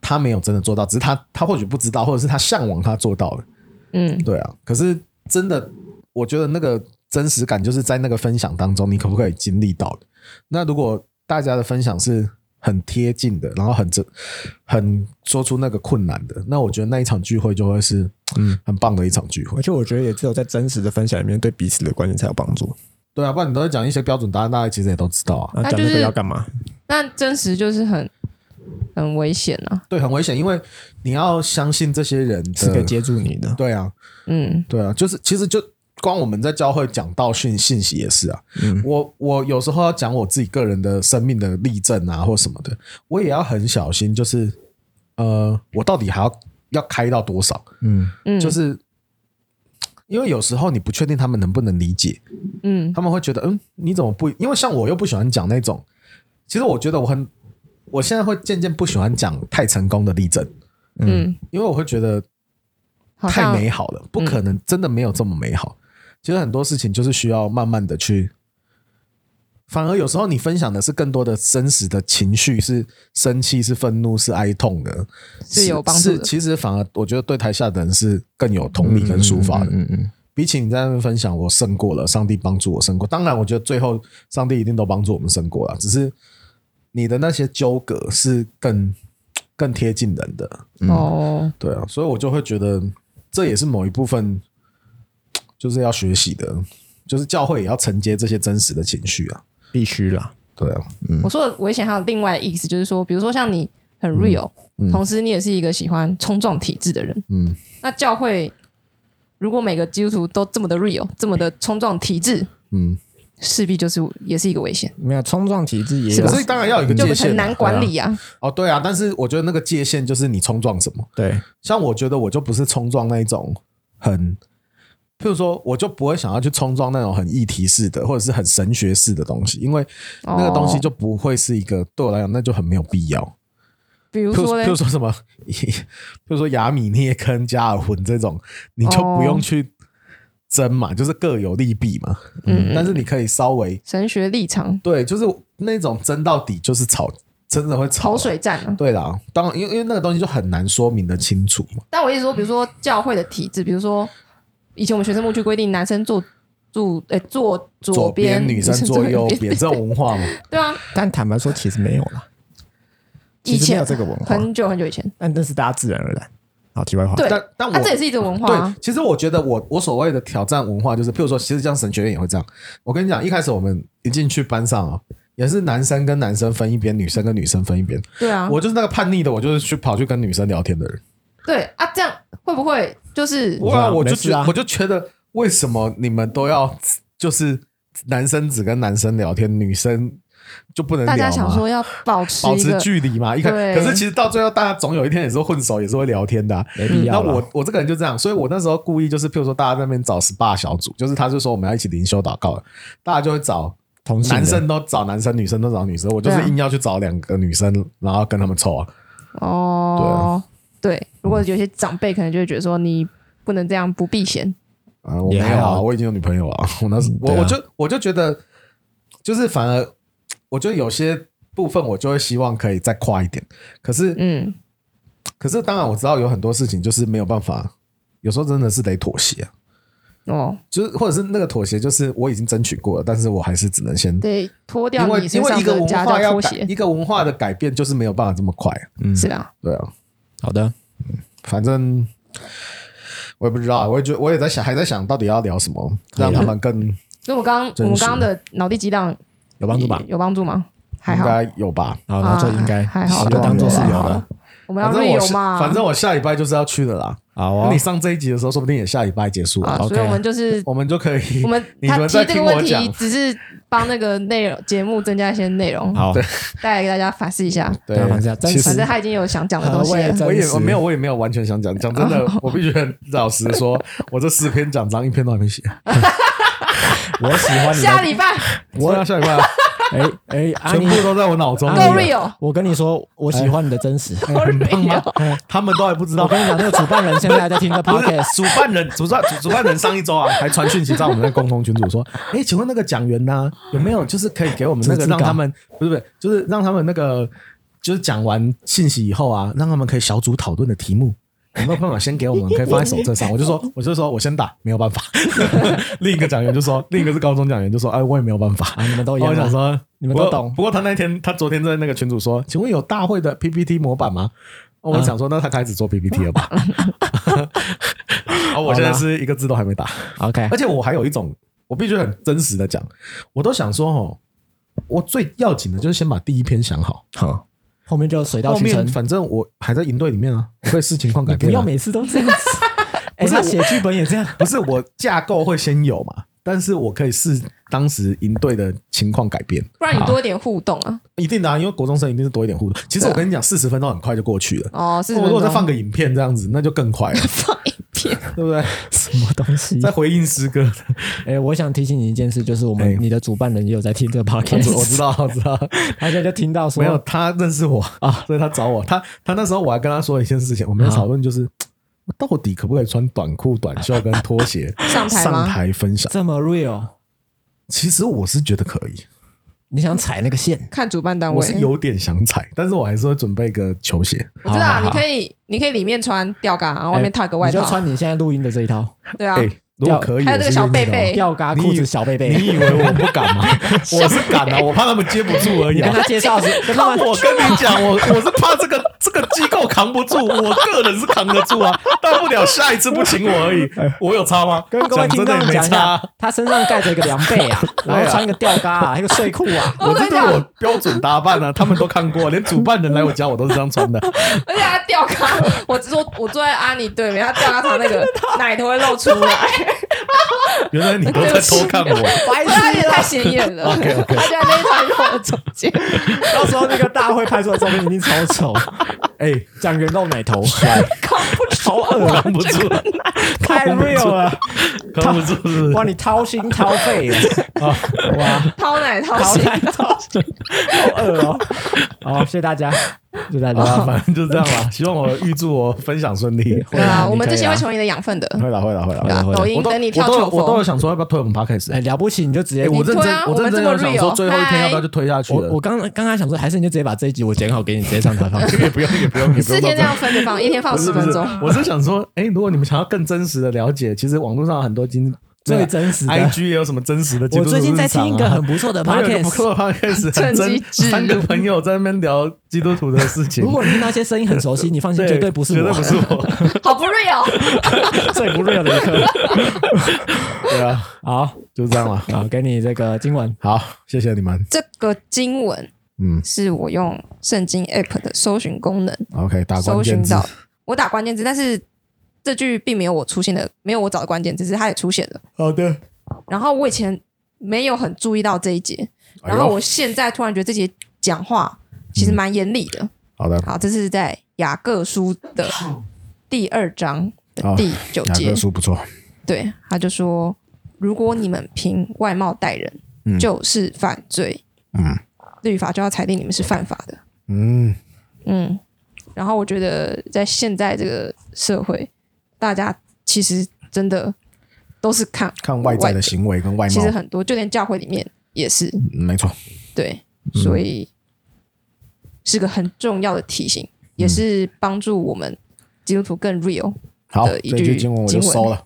Speaker 1: 他没有真的做到，只是他他或许不知道，或者是他向往他做到了。
Speaker 2: 嗯，
Speaker 1: 对啊，可是真的，我觉得那个真实感就是在那个分享当中，你可不可以经历到的？那如果大家的分享是很贴近的，然后很真，很说出那个困难的，那我觉得那一场聚会就会是嗯很棒的一场聚会
Speaker 3: 而。且我觉得也只有在真实的分享里面，对彼此的观念才有帮助。
Speaker 1: 对啊，不然你都在讲一些标准答案，大家其实也都知道啊。
Speaker 3: 啊，讲
Speaker 2: 那就
Speaker 3: 这
Speaker 2: 是
Speaker 3: 个要干嘛？
Speaker 1: 嗯
Speaker 2: 但真实就是很很危险啊，
Speaker 1: 对，很危险，因为你要相信这些人
Speaker 3: 是可以
Speaker 1: 的。
Speaker 3: 接住你的。
Speaker 1: 对啊，
Speaker 2: 嗯
Speaker 1: 对啊，就是其实就光我们在教会讲道讯信息也是啊，
Speaker 3: 嗯，
Speaker 1: 我我有时候要讲我自己个人的生命的例证啊，或什么的，我也要很小心，就是呃，我到底还要要开到多少？
Speaker 3: 嗯，
Speaker 2: 嗯，
Speaker 1: 就是因为有时候你不确定他们能不能理解，
Speaker 2: 嗯
Speaker 1: 他们会觉得嗯，你怎么不？因为像我又不喜欢讲那种，其实我觉得我很，我现在会渐渐不喜欢讲太成功的例证，
Speaker 2: 嗯，
Speaker 1: 因为我会觉得
Speaker 2: 好
Speaker 1: 太
Speaker 2: 像嗯
Speaker 1: 美好了，不可能真的没有这么美好。其实很多事情就是需要慢慢的去，反而有时候你分享的是更多的真实的情绪，是生气、是愤怒、是哀痛的，
Speaker 2: 是有帮助的
Speaker 1: 是其实反而我觉得对台下的人是更有同理跟抒发的。
Speaker 3: 嗯嗯，
Speaker 1: 比起你在那边分享，我胜过了，上帝帮助我胜过。当然，我觉得最后上帝一定都帮助我们胜过了，只是你的那些纠葛是更更贴近人的。
Speaker 2: 哦，
Speaker 1: 对啊，所以我就会觉得这也是某一部分就是要学习的，就是教会也要承接这些真实的情绪啊。
Speaker 3: 必须啦。
Speaker 1: 对啊，
Speaker 2: 我说的危险还有另外的意思，就是说，比如说像你很
Speaker 1: 嗯
Speaker 2: real，、同时你也是一个喜欢冲撞体制的人，
Speaker 1: 嗯，
Speaker 2: 那教会如果每个基督徒都这么的 real，这么的冲撞体制，
Speaker 1: 嗯，
Speaker 2: 势必就是也是一个危险，
Speaker 3: 没有冲撞体制也
Speaker 2: 是
Speaker 3: 有
Speaker 2: 吧
Speaker 1: 所以当然要有一个
Speaker 2: 就
Speaker 1: 界限啊、
Speaker 2: 很难管理啊。
Speaker 1: 对啊哦，对啊，但是我觉得那个界限就是你冲撞什么，
Speaker 3: 对，
Speaker 1: 像我觉得我就不是冲撞那一种很，譬如说，我就不会想要去冲撞那种很议题式的或者是很神学式的东西，因为那个东西
Speaker 2: 哦
Speaker 1: 就不会是一个对我来讲那就很没有必要。
Speaker 2: 比如
Speaker 1: 譬如
Speaker 2: 说
Speaker 1: 譬
Speaker 2: 嘞
Speaker 1: 如，说什么，譬如说亚米涅跟加尔文这种，你就不用
Speaker 2: 哦
Speaker 1: 去争嘛，就是各有利弊嘛。
Speaker 2: 嗯
Speaker 1: 但是你可以稍微
Speaker 2: 神学立场、
Speaker 1: 对，就是那种争到底就是吵，真的会吵
Speaker 2: 口
Speaker 1: 啦
Speaker 2: 水战啊。
Speaker 1: 对啦，当然，因为因为那个东西就很难说明的清楚嘛。
Speaker 2: 但我意思说，比如说教会的体制，比如说以前我们学生牧区规定，男生坐住，呃，坐
Speaker 1: 左
Speaker 2: 边，
Speaker 1: 边女生坐右边，这种文 化嘛，
Speaker 2: 对啊，
Speaker 3: 但坦白说，其实没有啦，
Speaker 2: 以
Speaker 3: 其实没有
Speaker 2: 前
Speaker 3: 这个文化，
Speaker 2: 很久很久以前，
Speaker 3: 但那是大家自然而然。好，题外话，
Speaker 2: 对
Speaker 1: 但但我
Speaker 2: 啊，这也是一种文化啊
Speaker 1: 对，。其实我觉得我我所谓的挑战文化，就是譬如说，其实像神学院也会这样。我跟你讲，一开始我们一进去班上啊、也是男生跟男生分一边，女生跟女生分一边。
Speaker 2: 对啊，
Speaker 1: 我就是那个叛逆的，我就是去跑去跟女生聊天的人。
Speaker 2: 对啊，这样会不会就是
Speaker 3: 不
Speaker 1: 我
Speaker 3: 会啊
Speaker 1: 我就
Speaker 3: 没事
Speaker 1: 觉、
Speaker 3: 啊
Speaker 1: 我就觉得，为什么你们都要就是男生只跟男生聊天，女生就不能聊
Speaker 2: 大家
Speaker 1: 吗？
Speaker 2: 想说要保持
Speaker 1: 啊保
Speaker 2: 一
Speaker 1: 持
Speaker 2: 个
Speaker 1: 距离嘛。一开，
Speaker 2: 对
Speaker 1: 可是其实到最后，大家总有一天也是混熟，也是会聊天的啊、
Speaker 3: 没必
Speaker 1: 那
Speaker 3: 要啦。
Speaker 1: 我我这个人就这样，所以我那时候故意就是，譬如说大家在那边找 SPA 小组，就是他就说我们要一起灵修祷告了，大家就会找
Speaker 3: 同性的
Speaker 1: 男生都找男生，女生都找女生，我就
Speaker 2: 对
Speaker 1: 是
Speaker 2: 啊
Speaker 1: 硬要去找两个女生，然后跟他们凑啊。
Speaker 2: 哦，对。如果有些长辈可能就会觉得说你不能这样不避嫌，
Speaker 1: 啊，我没
Speaker 3: 也
Speaker 1: 有
Speaker 3: 还
Speaker 1: 啊，
Speaker 3: 好
Speaker 1: 我已经有女朋友啊。 我那时我、
Speaker 3: 对啊
Speaker 1: 我就我就觉得，就是反而我觉得有些部分我就会希望可以再快一点，可是
Speaker 2: 嗯，
Speaker 1: 可是当然我知道有很多事情就是没有办法，有时候真的是得妥协啊、
Speaker 2: 哦，
Speaker 1: 就是或者是那个妥协就是我已经争取过了，但是我还是只能先
Speaker 2: 得脱掉
Speaker 1: 因为
Speaker 2: 你身
Speaker 1: 因为
Speaker 2: 上
Speaker 1: 一个
Speaker 2: 的
Speaker 1: 文
Speaker 2: 家
Speaker 1: 化
Speaker 2: 教
Speaker 1: 要
Speaker 2: 拖
Speaker 1: 改
Speaker 2: 鞋，
Speaker 1: 一个文化的改变就是没有办法这么快，
Speaker 3: 嗯
Speaker 2: 是啊，
Speaker 1: 对啊，
Speaker 3: 好的，
Speaker 1: 反正我也不知道，啊我也觉我也在想，还在想到底要聊什么，
Speaker 3: 以啊
Speaker 1: 让他们更应
Speaker 2: 所以我刚
Speaker 1: 真
Speaker 2: 我们刚刚
Speaker 1: 实
Speaker 2: 的脑力激荡
Speaker 3: 有帮助吧？
Speaker 2: 有帮助吗？还好，
Speaker 1: 该有吧。
Speaker 3: 好，那这应该
Speaker 2: 啊还好
Speaker 3: 就当做是有
Speaker 2: 还好
Speaker 3: 的。
Speaker 2: 我们要
Speaker 1: 反正
Speaker 2: 瑞
Speaker 1: 我
Speaker 2: 友
Speaker 1: 是
Speaker 2: 嘛，
Speaker 1: 反正我下礼拜就是要去的啦。
Speaker 3: 好
Speaker 1: 那
Speaker 3: 啊
Speaker 1: 你，上这一集的时候，说不定也下礼拜结束
Speaker 2: 啊，
Speaker 1: 了，
Speaker 2: 所以
Speaker 3: OK
Speaker 2: 我们就是
Speaker 1: 我们就可以
Speaker 2: 我们
Speaker 1: 你
Speaker 2: 他
Speaker 1: 们
Speaker 2: 提
Speaker 1: 在
Speaker 2: 这个
Speaker 1: 听
Speaker 2: 问
Speaker 1: 我
Speaker 2: 题
Speaker 1: 讲，
Speaker 2: 只是帮那个内容节目增加一些内容，
Speaker 3: 好，哦
Speaker 2: 带给大家反思一下。
Speaker 1: 对
Speaker 3: 那反正这样
Speaker 1: 其
Speaker 2: 反
Speaker 1: 实
Speaker 2: 正他已经有想讲的东西
Speaker 3: 何谓
Speaker 2: 了，
Speaker 3: 真
Speaker 1: 我也
Speaker 3: 实
Speaker 1: 我没有我也没有完全想讲，讲真的，我必须很老实说，我这四篇讲章一篇都还没写，
Speaker 3: 我喜欢你
Speaker 2: 下
Speaker 3: 的。
Speaker 2: 礼拜
Speaker 1: 我要下礼拜啊
Speaker 3: 哎哎，阿
Speaker 1: 全
Speaker 3: 尼
Speaker 1: 部，都在我脑中。
Speaker 3: 阿
Speaker 2: 够
Speaker 3: 尼
Speaker 2: real，
Speaker 3: 哦我啊跟你说，我喜欢你的真实。
Speaker 2: 够 real，
Speaker 1: 他们都还不知道
Speaker 3: 我。跟你讲，那个主办人现在在听这 podcast，
Speaker 1: 主办人主办主主办人上一周啊，还传讯息在我们的共同群组说，哎、请问那个讲员呢、有没有就是可以给我们那个
Speaker 3: 逐字稿
Speaker 1: 让他们不是不是，就是让他们那个就是讲完信息以后啊，让他们可以小组讨论的题目。有没有办法先给我们可以放在手册上？我就说，我就说我先打，没有办法。 另一个讲员就说，另一个是高中讲员就说，哎，我也没有办法。
Speaker 3: 啊，你们都一
Speaker 1: 然后我
Speaker 3: 样
Speaker 1: 想
Speaker 3: 啊。
Speaker 1: 说，
Speaker 3: 你们
Speaker 1: 不过
Speaker 3: 都懂
Speaker 1: 不过他那天，他昨天在那个群主说，请问有大会的 PPT 模板吗？
Speaker 3: 嗯
Speaker 1: 我想说，那他开始做 PPT 了 吧？啊，我现在是一个字都还没打，
Speaker 3: OK，
Speaker 1: 而且我还有一种，我必须很真实的讲，我都想说哦，我最要紧的就是先把第一篇想好，
Speaker 3: 好，后面就水到
Speaker 1: 后
Speaker 3: 渠
Speaker 1: 面
Speaker 3: 成。
Speaker 1: 反正我还在营队里面啊，我可以视情况改
Speaker 3: 你不
Speaker 1: 变、
Speaker 3: 要
Speaker 1: 啊。
Speaker 3: 每次都这样子。 哎，
Speaker 1: 不是
Speaker 3: 他写剧本也这样。
Speaker 1: 不是我架构会先有嘛，但是我可以视当时营队的情况改变。
Speaker 2: 不然你多一点互动啊。
Speaker 1: 一定的、啊，因为国中生一定是多一点互动。其实
Speaker 2: 对啊
Speaker 1: 我跟你讲，四十分钟很快就过去了。
Speaker 2: 哦，是
Speaker 1: 我如果再放个影片这样子，那就 更快了，
Speaker 2: 放一片，
Speaker 1: 对不对？
Speaker 3: 什么东西
Speaker 1: 在？回应诗歌，
Speaker 3: 哎、我想提醒你一件事，就是我们、
Speaker 1: 哎
Speaker 3: 你的主办人也有在听这个 podcast，
Speaker 1: 我知道，我知 道，
Speaker 3: 他现在就听到说
Speaker 1: 没有他认识我啊，所以他找我。他他那时候我还跟他说一件事情，我们在讨论就是，我到底可不可以穿短裤、短袖跟拖鞋
Speaker 2: 上台吗
Speaker 1: 上台分享？
Speaker 3: 这么 real，
Speaker 1: 其实我是觉得可以，
Speaker 3: 你想踩那个线？
Speaker 2: 看主办单位。
Speaker 1: 我是有点想踩，但是我还是会准备个球鞋。
Speaker 2: 我知道
Speaker 3: 好好
Speaker 2: 啊，
Speaker 3: 好
Speaker 2: 你可以，你可以里面穿吊嘎，然后外面套一个外
Speaker 3: 哎你就
Speaker 2: 套，
Speaker 3: 穿你现在录音的这一套
Speaker 2: 对啊
Speaker 1: 哎，，如果
Speaker 3: 要
Speaker 1: 可以，
Speaker 2: 还有
Speaker 1: 我
Speaker 2: 这个
Speaker 1: 是
Speaker 2: 小
Speaker 1: 愿意
Speaker 2: 贝
Speaker 1: 的
Speaker 2: 贝
Speaker 1: 哦
Speaker 3: 吊嘎裤
Speaker 1: 你
Speaker 3: 子小贝贝。
Speaker 1: 你以为我不敢 吗？我是敢啊，我怕他们接不住而已
Speaker 3: 你
Speaker 1: 啊
Speaker 3: 跟。他介 绍时，跟他们
Speaker 1: 我跟你讲，我我是怕这个这个机构扛不住，我个人是扛得住啊，大不了下一次不请我而已。我有差吗？
Speaker 3: 跟各位
Speaker 1: 讲
Speaker 3: 听
Speaker 1: 真
Speaker 3: 众
Speaker 1: 的也没
Speaker 3: 讲一
Speaker 1: 差
Speaker 3: 下
Speaker 1: 啊，，
Speaker 3: 他身上盖着一个凉被啊，然后穿一个吊嘎、啊，一个睡裤啊，
Speaker 1: 我这
Speaker 2: 跟你
Speaker 1: 对
Speaker 2: 讲
Speaker 1: 我标准打扮啊，他们都看过，连主办人来我家我都是这样穿的。
Speaker 2: 而且他吊嘎， 我坐我坐在阿尼对面，他吊嘎 他那个奶头会露出来，
Speaker 1: 原来你都在偷看 我，
Speaker 3: 白
Speaker 2: 他也
Speaker 3: 痴
Speaker 2: 太
Speaker 3: 啊！
Speaker 2: 显眼了，他就
Speaker 1: OK，OK
Speaker 2: 在那一团肉中间，
Speaker 3: 到时候那个大会拍出来照片一定超丑，
Speaker 1: 哎、
Speaker 3: 讲人肉奶头，
Speaker 2: 搞不出
Speaker 3: 超恶
Speaker 2: 哇
Speaker 3: 啊，
Speaker 4: 不住
Speaker 2: 这个
Speaker 3: 太 real 了，
Speaker 4: 扛不住是不是
Speaker 3: 哇，你掏心掏肺耶啊，哇，
Speaker 2: 掏奶掏
Speaker 3: 掏
Speaker 2: 心
Speaker 3: 心掏肺，好恶哦，好，谢谢大家，谢谢大家，
Speaker 1: 反正就这样吧。希望我预祝我分享顺利。
Speaker 2: 对啊，我们这
Speaker 3: 你可以
Speaker 2: 些
Speaker 3: 啊
Speaker 2: 会成为你的养分的。
Speaker 1: 会啦会啦会啦
Speaker 2: 对
Speaker 1: 会
Speaker 2: 啊
Speaker 1: 啦，
Speaker 3: 会
Speaker 2: 抖音
Speaker 1: 我都
Speaker 2: 等你
Speaker 1: 我
Speaker 2: 跳
Speaker 1: 都有
Speaker 2: 球
Speaker 1: 我都有
Speaker 2: 风，
Speaker 1: 想说要不要推我们 podcast
Speaker 3: 哎，了不起你就直接
Speaker 1: 哎，我认
Speaker 2: 对
Speaker 1: 真
Speaker 2: 啊，
Speaker 1: 我
Speaker 2: 我们
Speaker 1: 认真
Speaker 2: 这么
Speaker 1: 有想说
Speaker 2: real，
Speaker 1: 最后一天
Speaker 2: 嗨
Speaker 1: 要不要就推下去
Speaker 3: 我
Speaker 1: 了
Speaker 3: 我。刚刚刚想说，还是你就直接把这一集我剪好给你，直接上台放。
Speaker 1: 也不用也不用也不用
Speaker 2: 四
Speaker 1: 到
Speaker 2: 天这样分着放，一天放
Speaker 1: 不是
Speaker 2: 十
Speaker 1: 不
Speaker 2: 分
Speaker 1: 是
Speaker 2: 钟。，
Speaker 1: 我是想说，哎，如果你们想要更真实的了解，其实网络上很多经
Speaker 3: 最真实的
Speaker 1: IG 也有什么真实的基督
Speaker 3: 我
Speaker 1: 徒
Speaker 3: 最近在听一
Speaker 1: 日常
Speaker 3: 个
Speaker 1: 啊
Speaker 3: 很不错的
Speaker 1: 然后有一个
Speaker 3: podcast，
Speaker 1: 不错的 podcast，很
Speaker 2: 趁机置
Speaker 1: 真
Speaker 2: 入
Speaker 1: 三个朋友在那边聊基督徒的事情
Speaker 3: 如。果你听到一些声音很熟悉，你放心，绝对不是
Speaker 1: 绝对
Speaker 3: 我
Speaker 1: 不，是我。
Speaker 2: 好不 real，
Speaker 3: 最不 real 的一刻。
Speaker 1: 对啊，
Speaker 3: 好
Speaker 1: 就这样了。啊
Speaker 3: 好，给你这个今晚
Speaker 1: 好，谢谢你们。
Speaker 2: 这个经文
Speaker 1: 嗯
Speaker 2: 是我用圣经 app 的搜寻功能
Speaker 1: ，OK，打关
Speaker 2: 搜
Speaker 1: 键
Speaker 2: 寻
Speaker 1: 字
Speaker 2: 到，我打关键字，但是这句并没有我出现的，没有我找的关键字，只是它也出现了。
Speaker 3: 好的，
Speaker 2: 然后我以前没有很注意到这一节，
Speaker 1: 哎
Speaker 2: 然
Speaker 1: 呦
Speaker 2: 后我现在突然觉得这节讲话其实蛮严厉的。
Speaker 1: 好的，
Speaker 2: 好，这是在雅各书的第二章的第九
Speaker 1: 啊雅
Speaker 2: 节，
Speaker 1: 各书不错。
Speaker 2: 对，他就说：“如果你们凭外貌待人，
Speaker 1: 嗯
Speaker 2: 就是犯罪，
Speaker 1: 嗯
Speaker 2: 律法就要裁定你们是犯法的。
Speaker 1: 嗯，”
Speaker 2: 嗯，然后我觉得在现在这个社会，大家其实真的都是看
Speaker 1: 看外在的行为跟外
Speaker 2: 其
Speaker 1: 貌
Speaker 2: 实，很多，就连教会里面也是
Speaker 1: 嗯没错。
Speaker 2: 对，
Speaker 1: 嗯
Speaker 2: 所以是个很重要的提醒，也是帮助我们基督徒更 real。
Speaker 1: 好，
Speaker 2: 的一
Speaker 1: 这
Speaker 2: 句
Speaker 1: 句经文我就
Speaker 2: 经文
Speaker 1: 收了。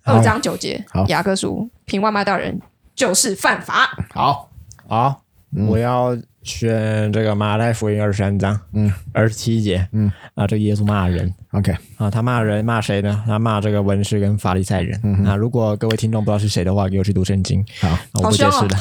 Speaker 1: 好
Speaker 2: 二章九节
Speaker 1: 好，
Speaker 2: 雅各书，凭外貌待人就是犯法。
Speaker 1: 好，
Speaker 3: 好，我要选这个马太福音二十三章，嗯，二十七节，嗯，啊，这个耶稣骂人，
Speaker 1: OK，
Speaker 3: 啊，他骂人骂谁呢？他骂这个文士跟法利赛人。啊，如果各位听众不知道是谁的话，给我去读圣经。
Speaker 1: 好
Speaker 3: 啊我
Speaker 2: 好
Speaker 3: 不解
Speaker 2: 凶
Speaker 3: 释
Speaker 2: 哦
Speaker 3: 了。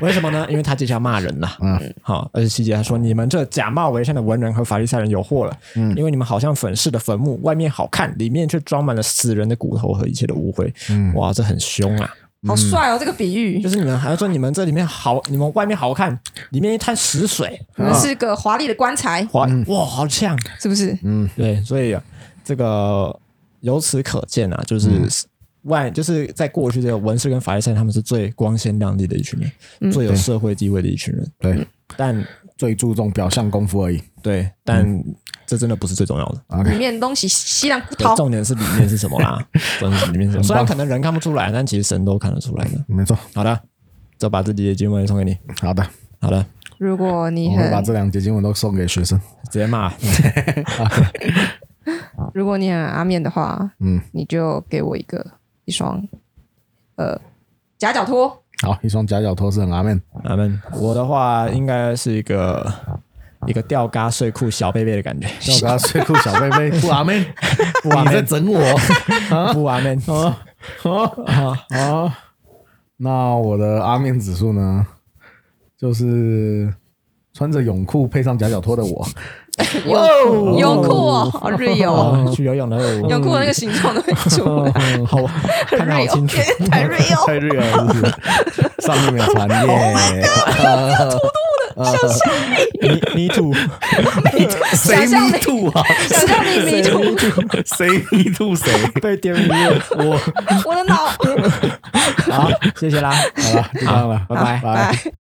Speaker 3: 为什么呢？因为他接下来骂人了。嗯，好，二十七节他说：“你们这假冒为善的文人和法利赛人有祸了，因为你们好像粉饰的坟墓，外面好看，里面却装满了死人的骨头和一切的污秽。”哇，这很凶啊！
Speaker 1: 嗯
Speaker 2: 好帅哦，这个比喻
Speaker 3: 就，是你们还要说你们这里面好，你们外面好看，里面一滩死水，
Speaker 2: 你们是个华丽的棺材，
Speaker 3: 哇哇，好呛！啊
Speaker 2: 是不是？
Speaker 1: 嗯
Speaker 3: 对，所以啊这个由此可见啊，就是外、就是在过去这个文士跟法利赛人他们是最光鲜亮丽的一群人，最有社会地位的一群人。
Speaker 1: 对，
Speaker 3: 但
Speaker 1: 最注重表象功夫而已。
Speaker 3: 对，但这真的不是最重要的。
Speaker 2: 里面的东西稀烂骨头
Speaker 3: 对，重点是里面是什么啦，重点是里面是什么。虽然可能人看不出来，但其实神都看得出来的。
Speaker 1: 没错，
Speaker 3: 好的，就把自己的经文送给你。
Speaker 1: 好的，
Speaker 3: 好的，
Speaker 2: 如果
Speaker 1: 我
Speaker 2: 你
Speaker 1: 会把
Speaker 2: 很
Speaker 1: 这两节经文都送给学生。
Speaker 3: 直接骂。
Speaker 2: 如果你很阿面的话，
Speaker 1: 嗯，
Speaker 2: 你就给我一个一双呃夹脚拖，
Speaker 1: 好，一双夹脚拖是很阿面。
Speaker 3: 阿们，我的话应该是一个一个吊嘎睡裤小贝贝的感觉。
Speaker 1: 要给他睡裤小贝贝，不阿妹，
Speaker 3: 不阿
Speaker 1: 你在
Speaker 3: 妹，
Speaker 1: 整我啊
Speaker 3: 不阿妹。
Speaker 1: 啊啊啊！那我的阿面指数呢，就是穿着泳裤配上夹脚拖的我，
Speaker 2: 泳泳裤哦，好 real 哦，
Speaker 3: 哦，去游泳的哦
Speaker 2: 泳裤的那个形状都会出来，
Speaker 3: 好，
Speaker 2: 很
Speaker 3: 看得好
Speaker 2: real，
Speaker 3: 清楚。
Speaker 2: 有点 太 real，
Speaker 1: 太热了，是不是？上面没有船耶，
Speaker 3: 泥泥土，
Speaker 2: 想象力，
Speaker 1: 吐啊？
Speaker 2: 想象力 迷途，
Speaker 1: 谁迷吐谁？
Speaker 3: 被玷污了。
Speaker 2: 我的脑，
Speaker 3: 好，谢谢啦，
Speaker 1: 好了，就这样了，
Speaker 3: 拜拜。
Speaker 2: 拜。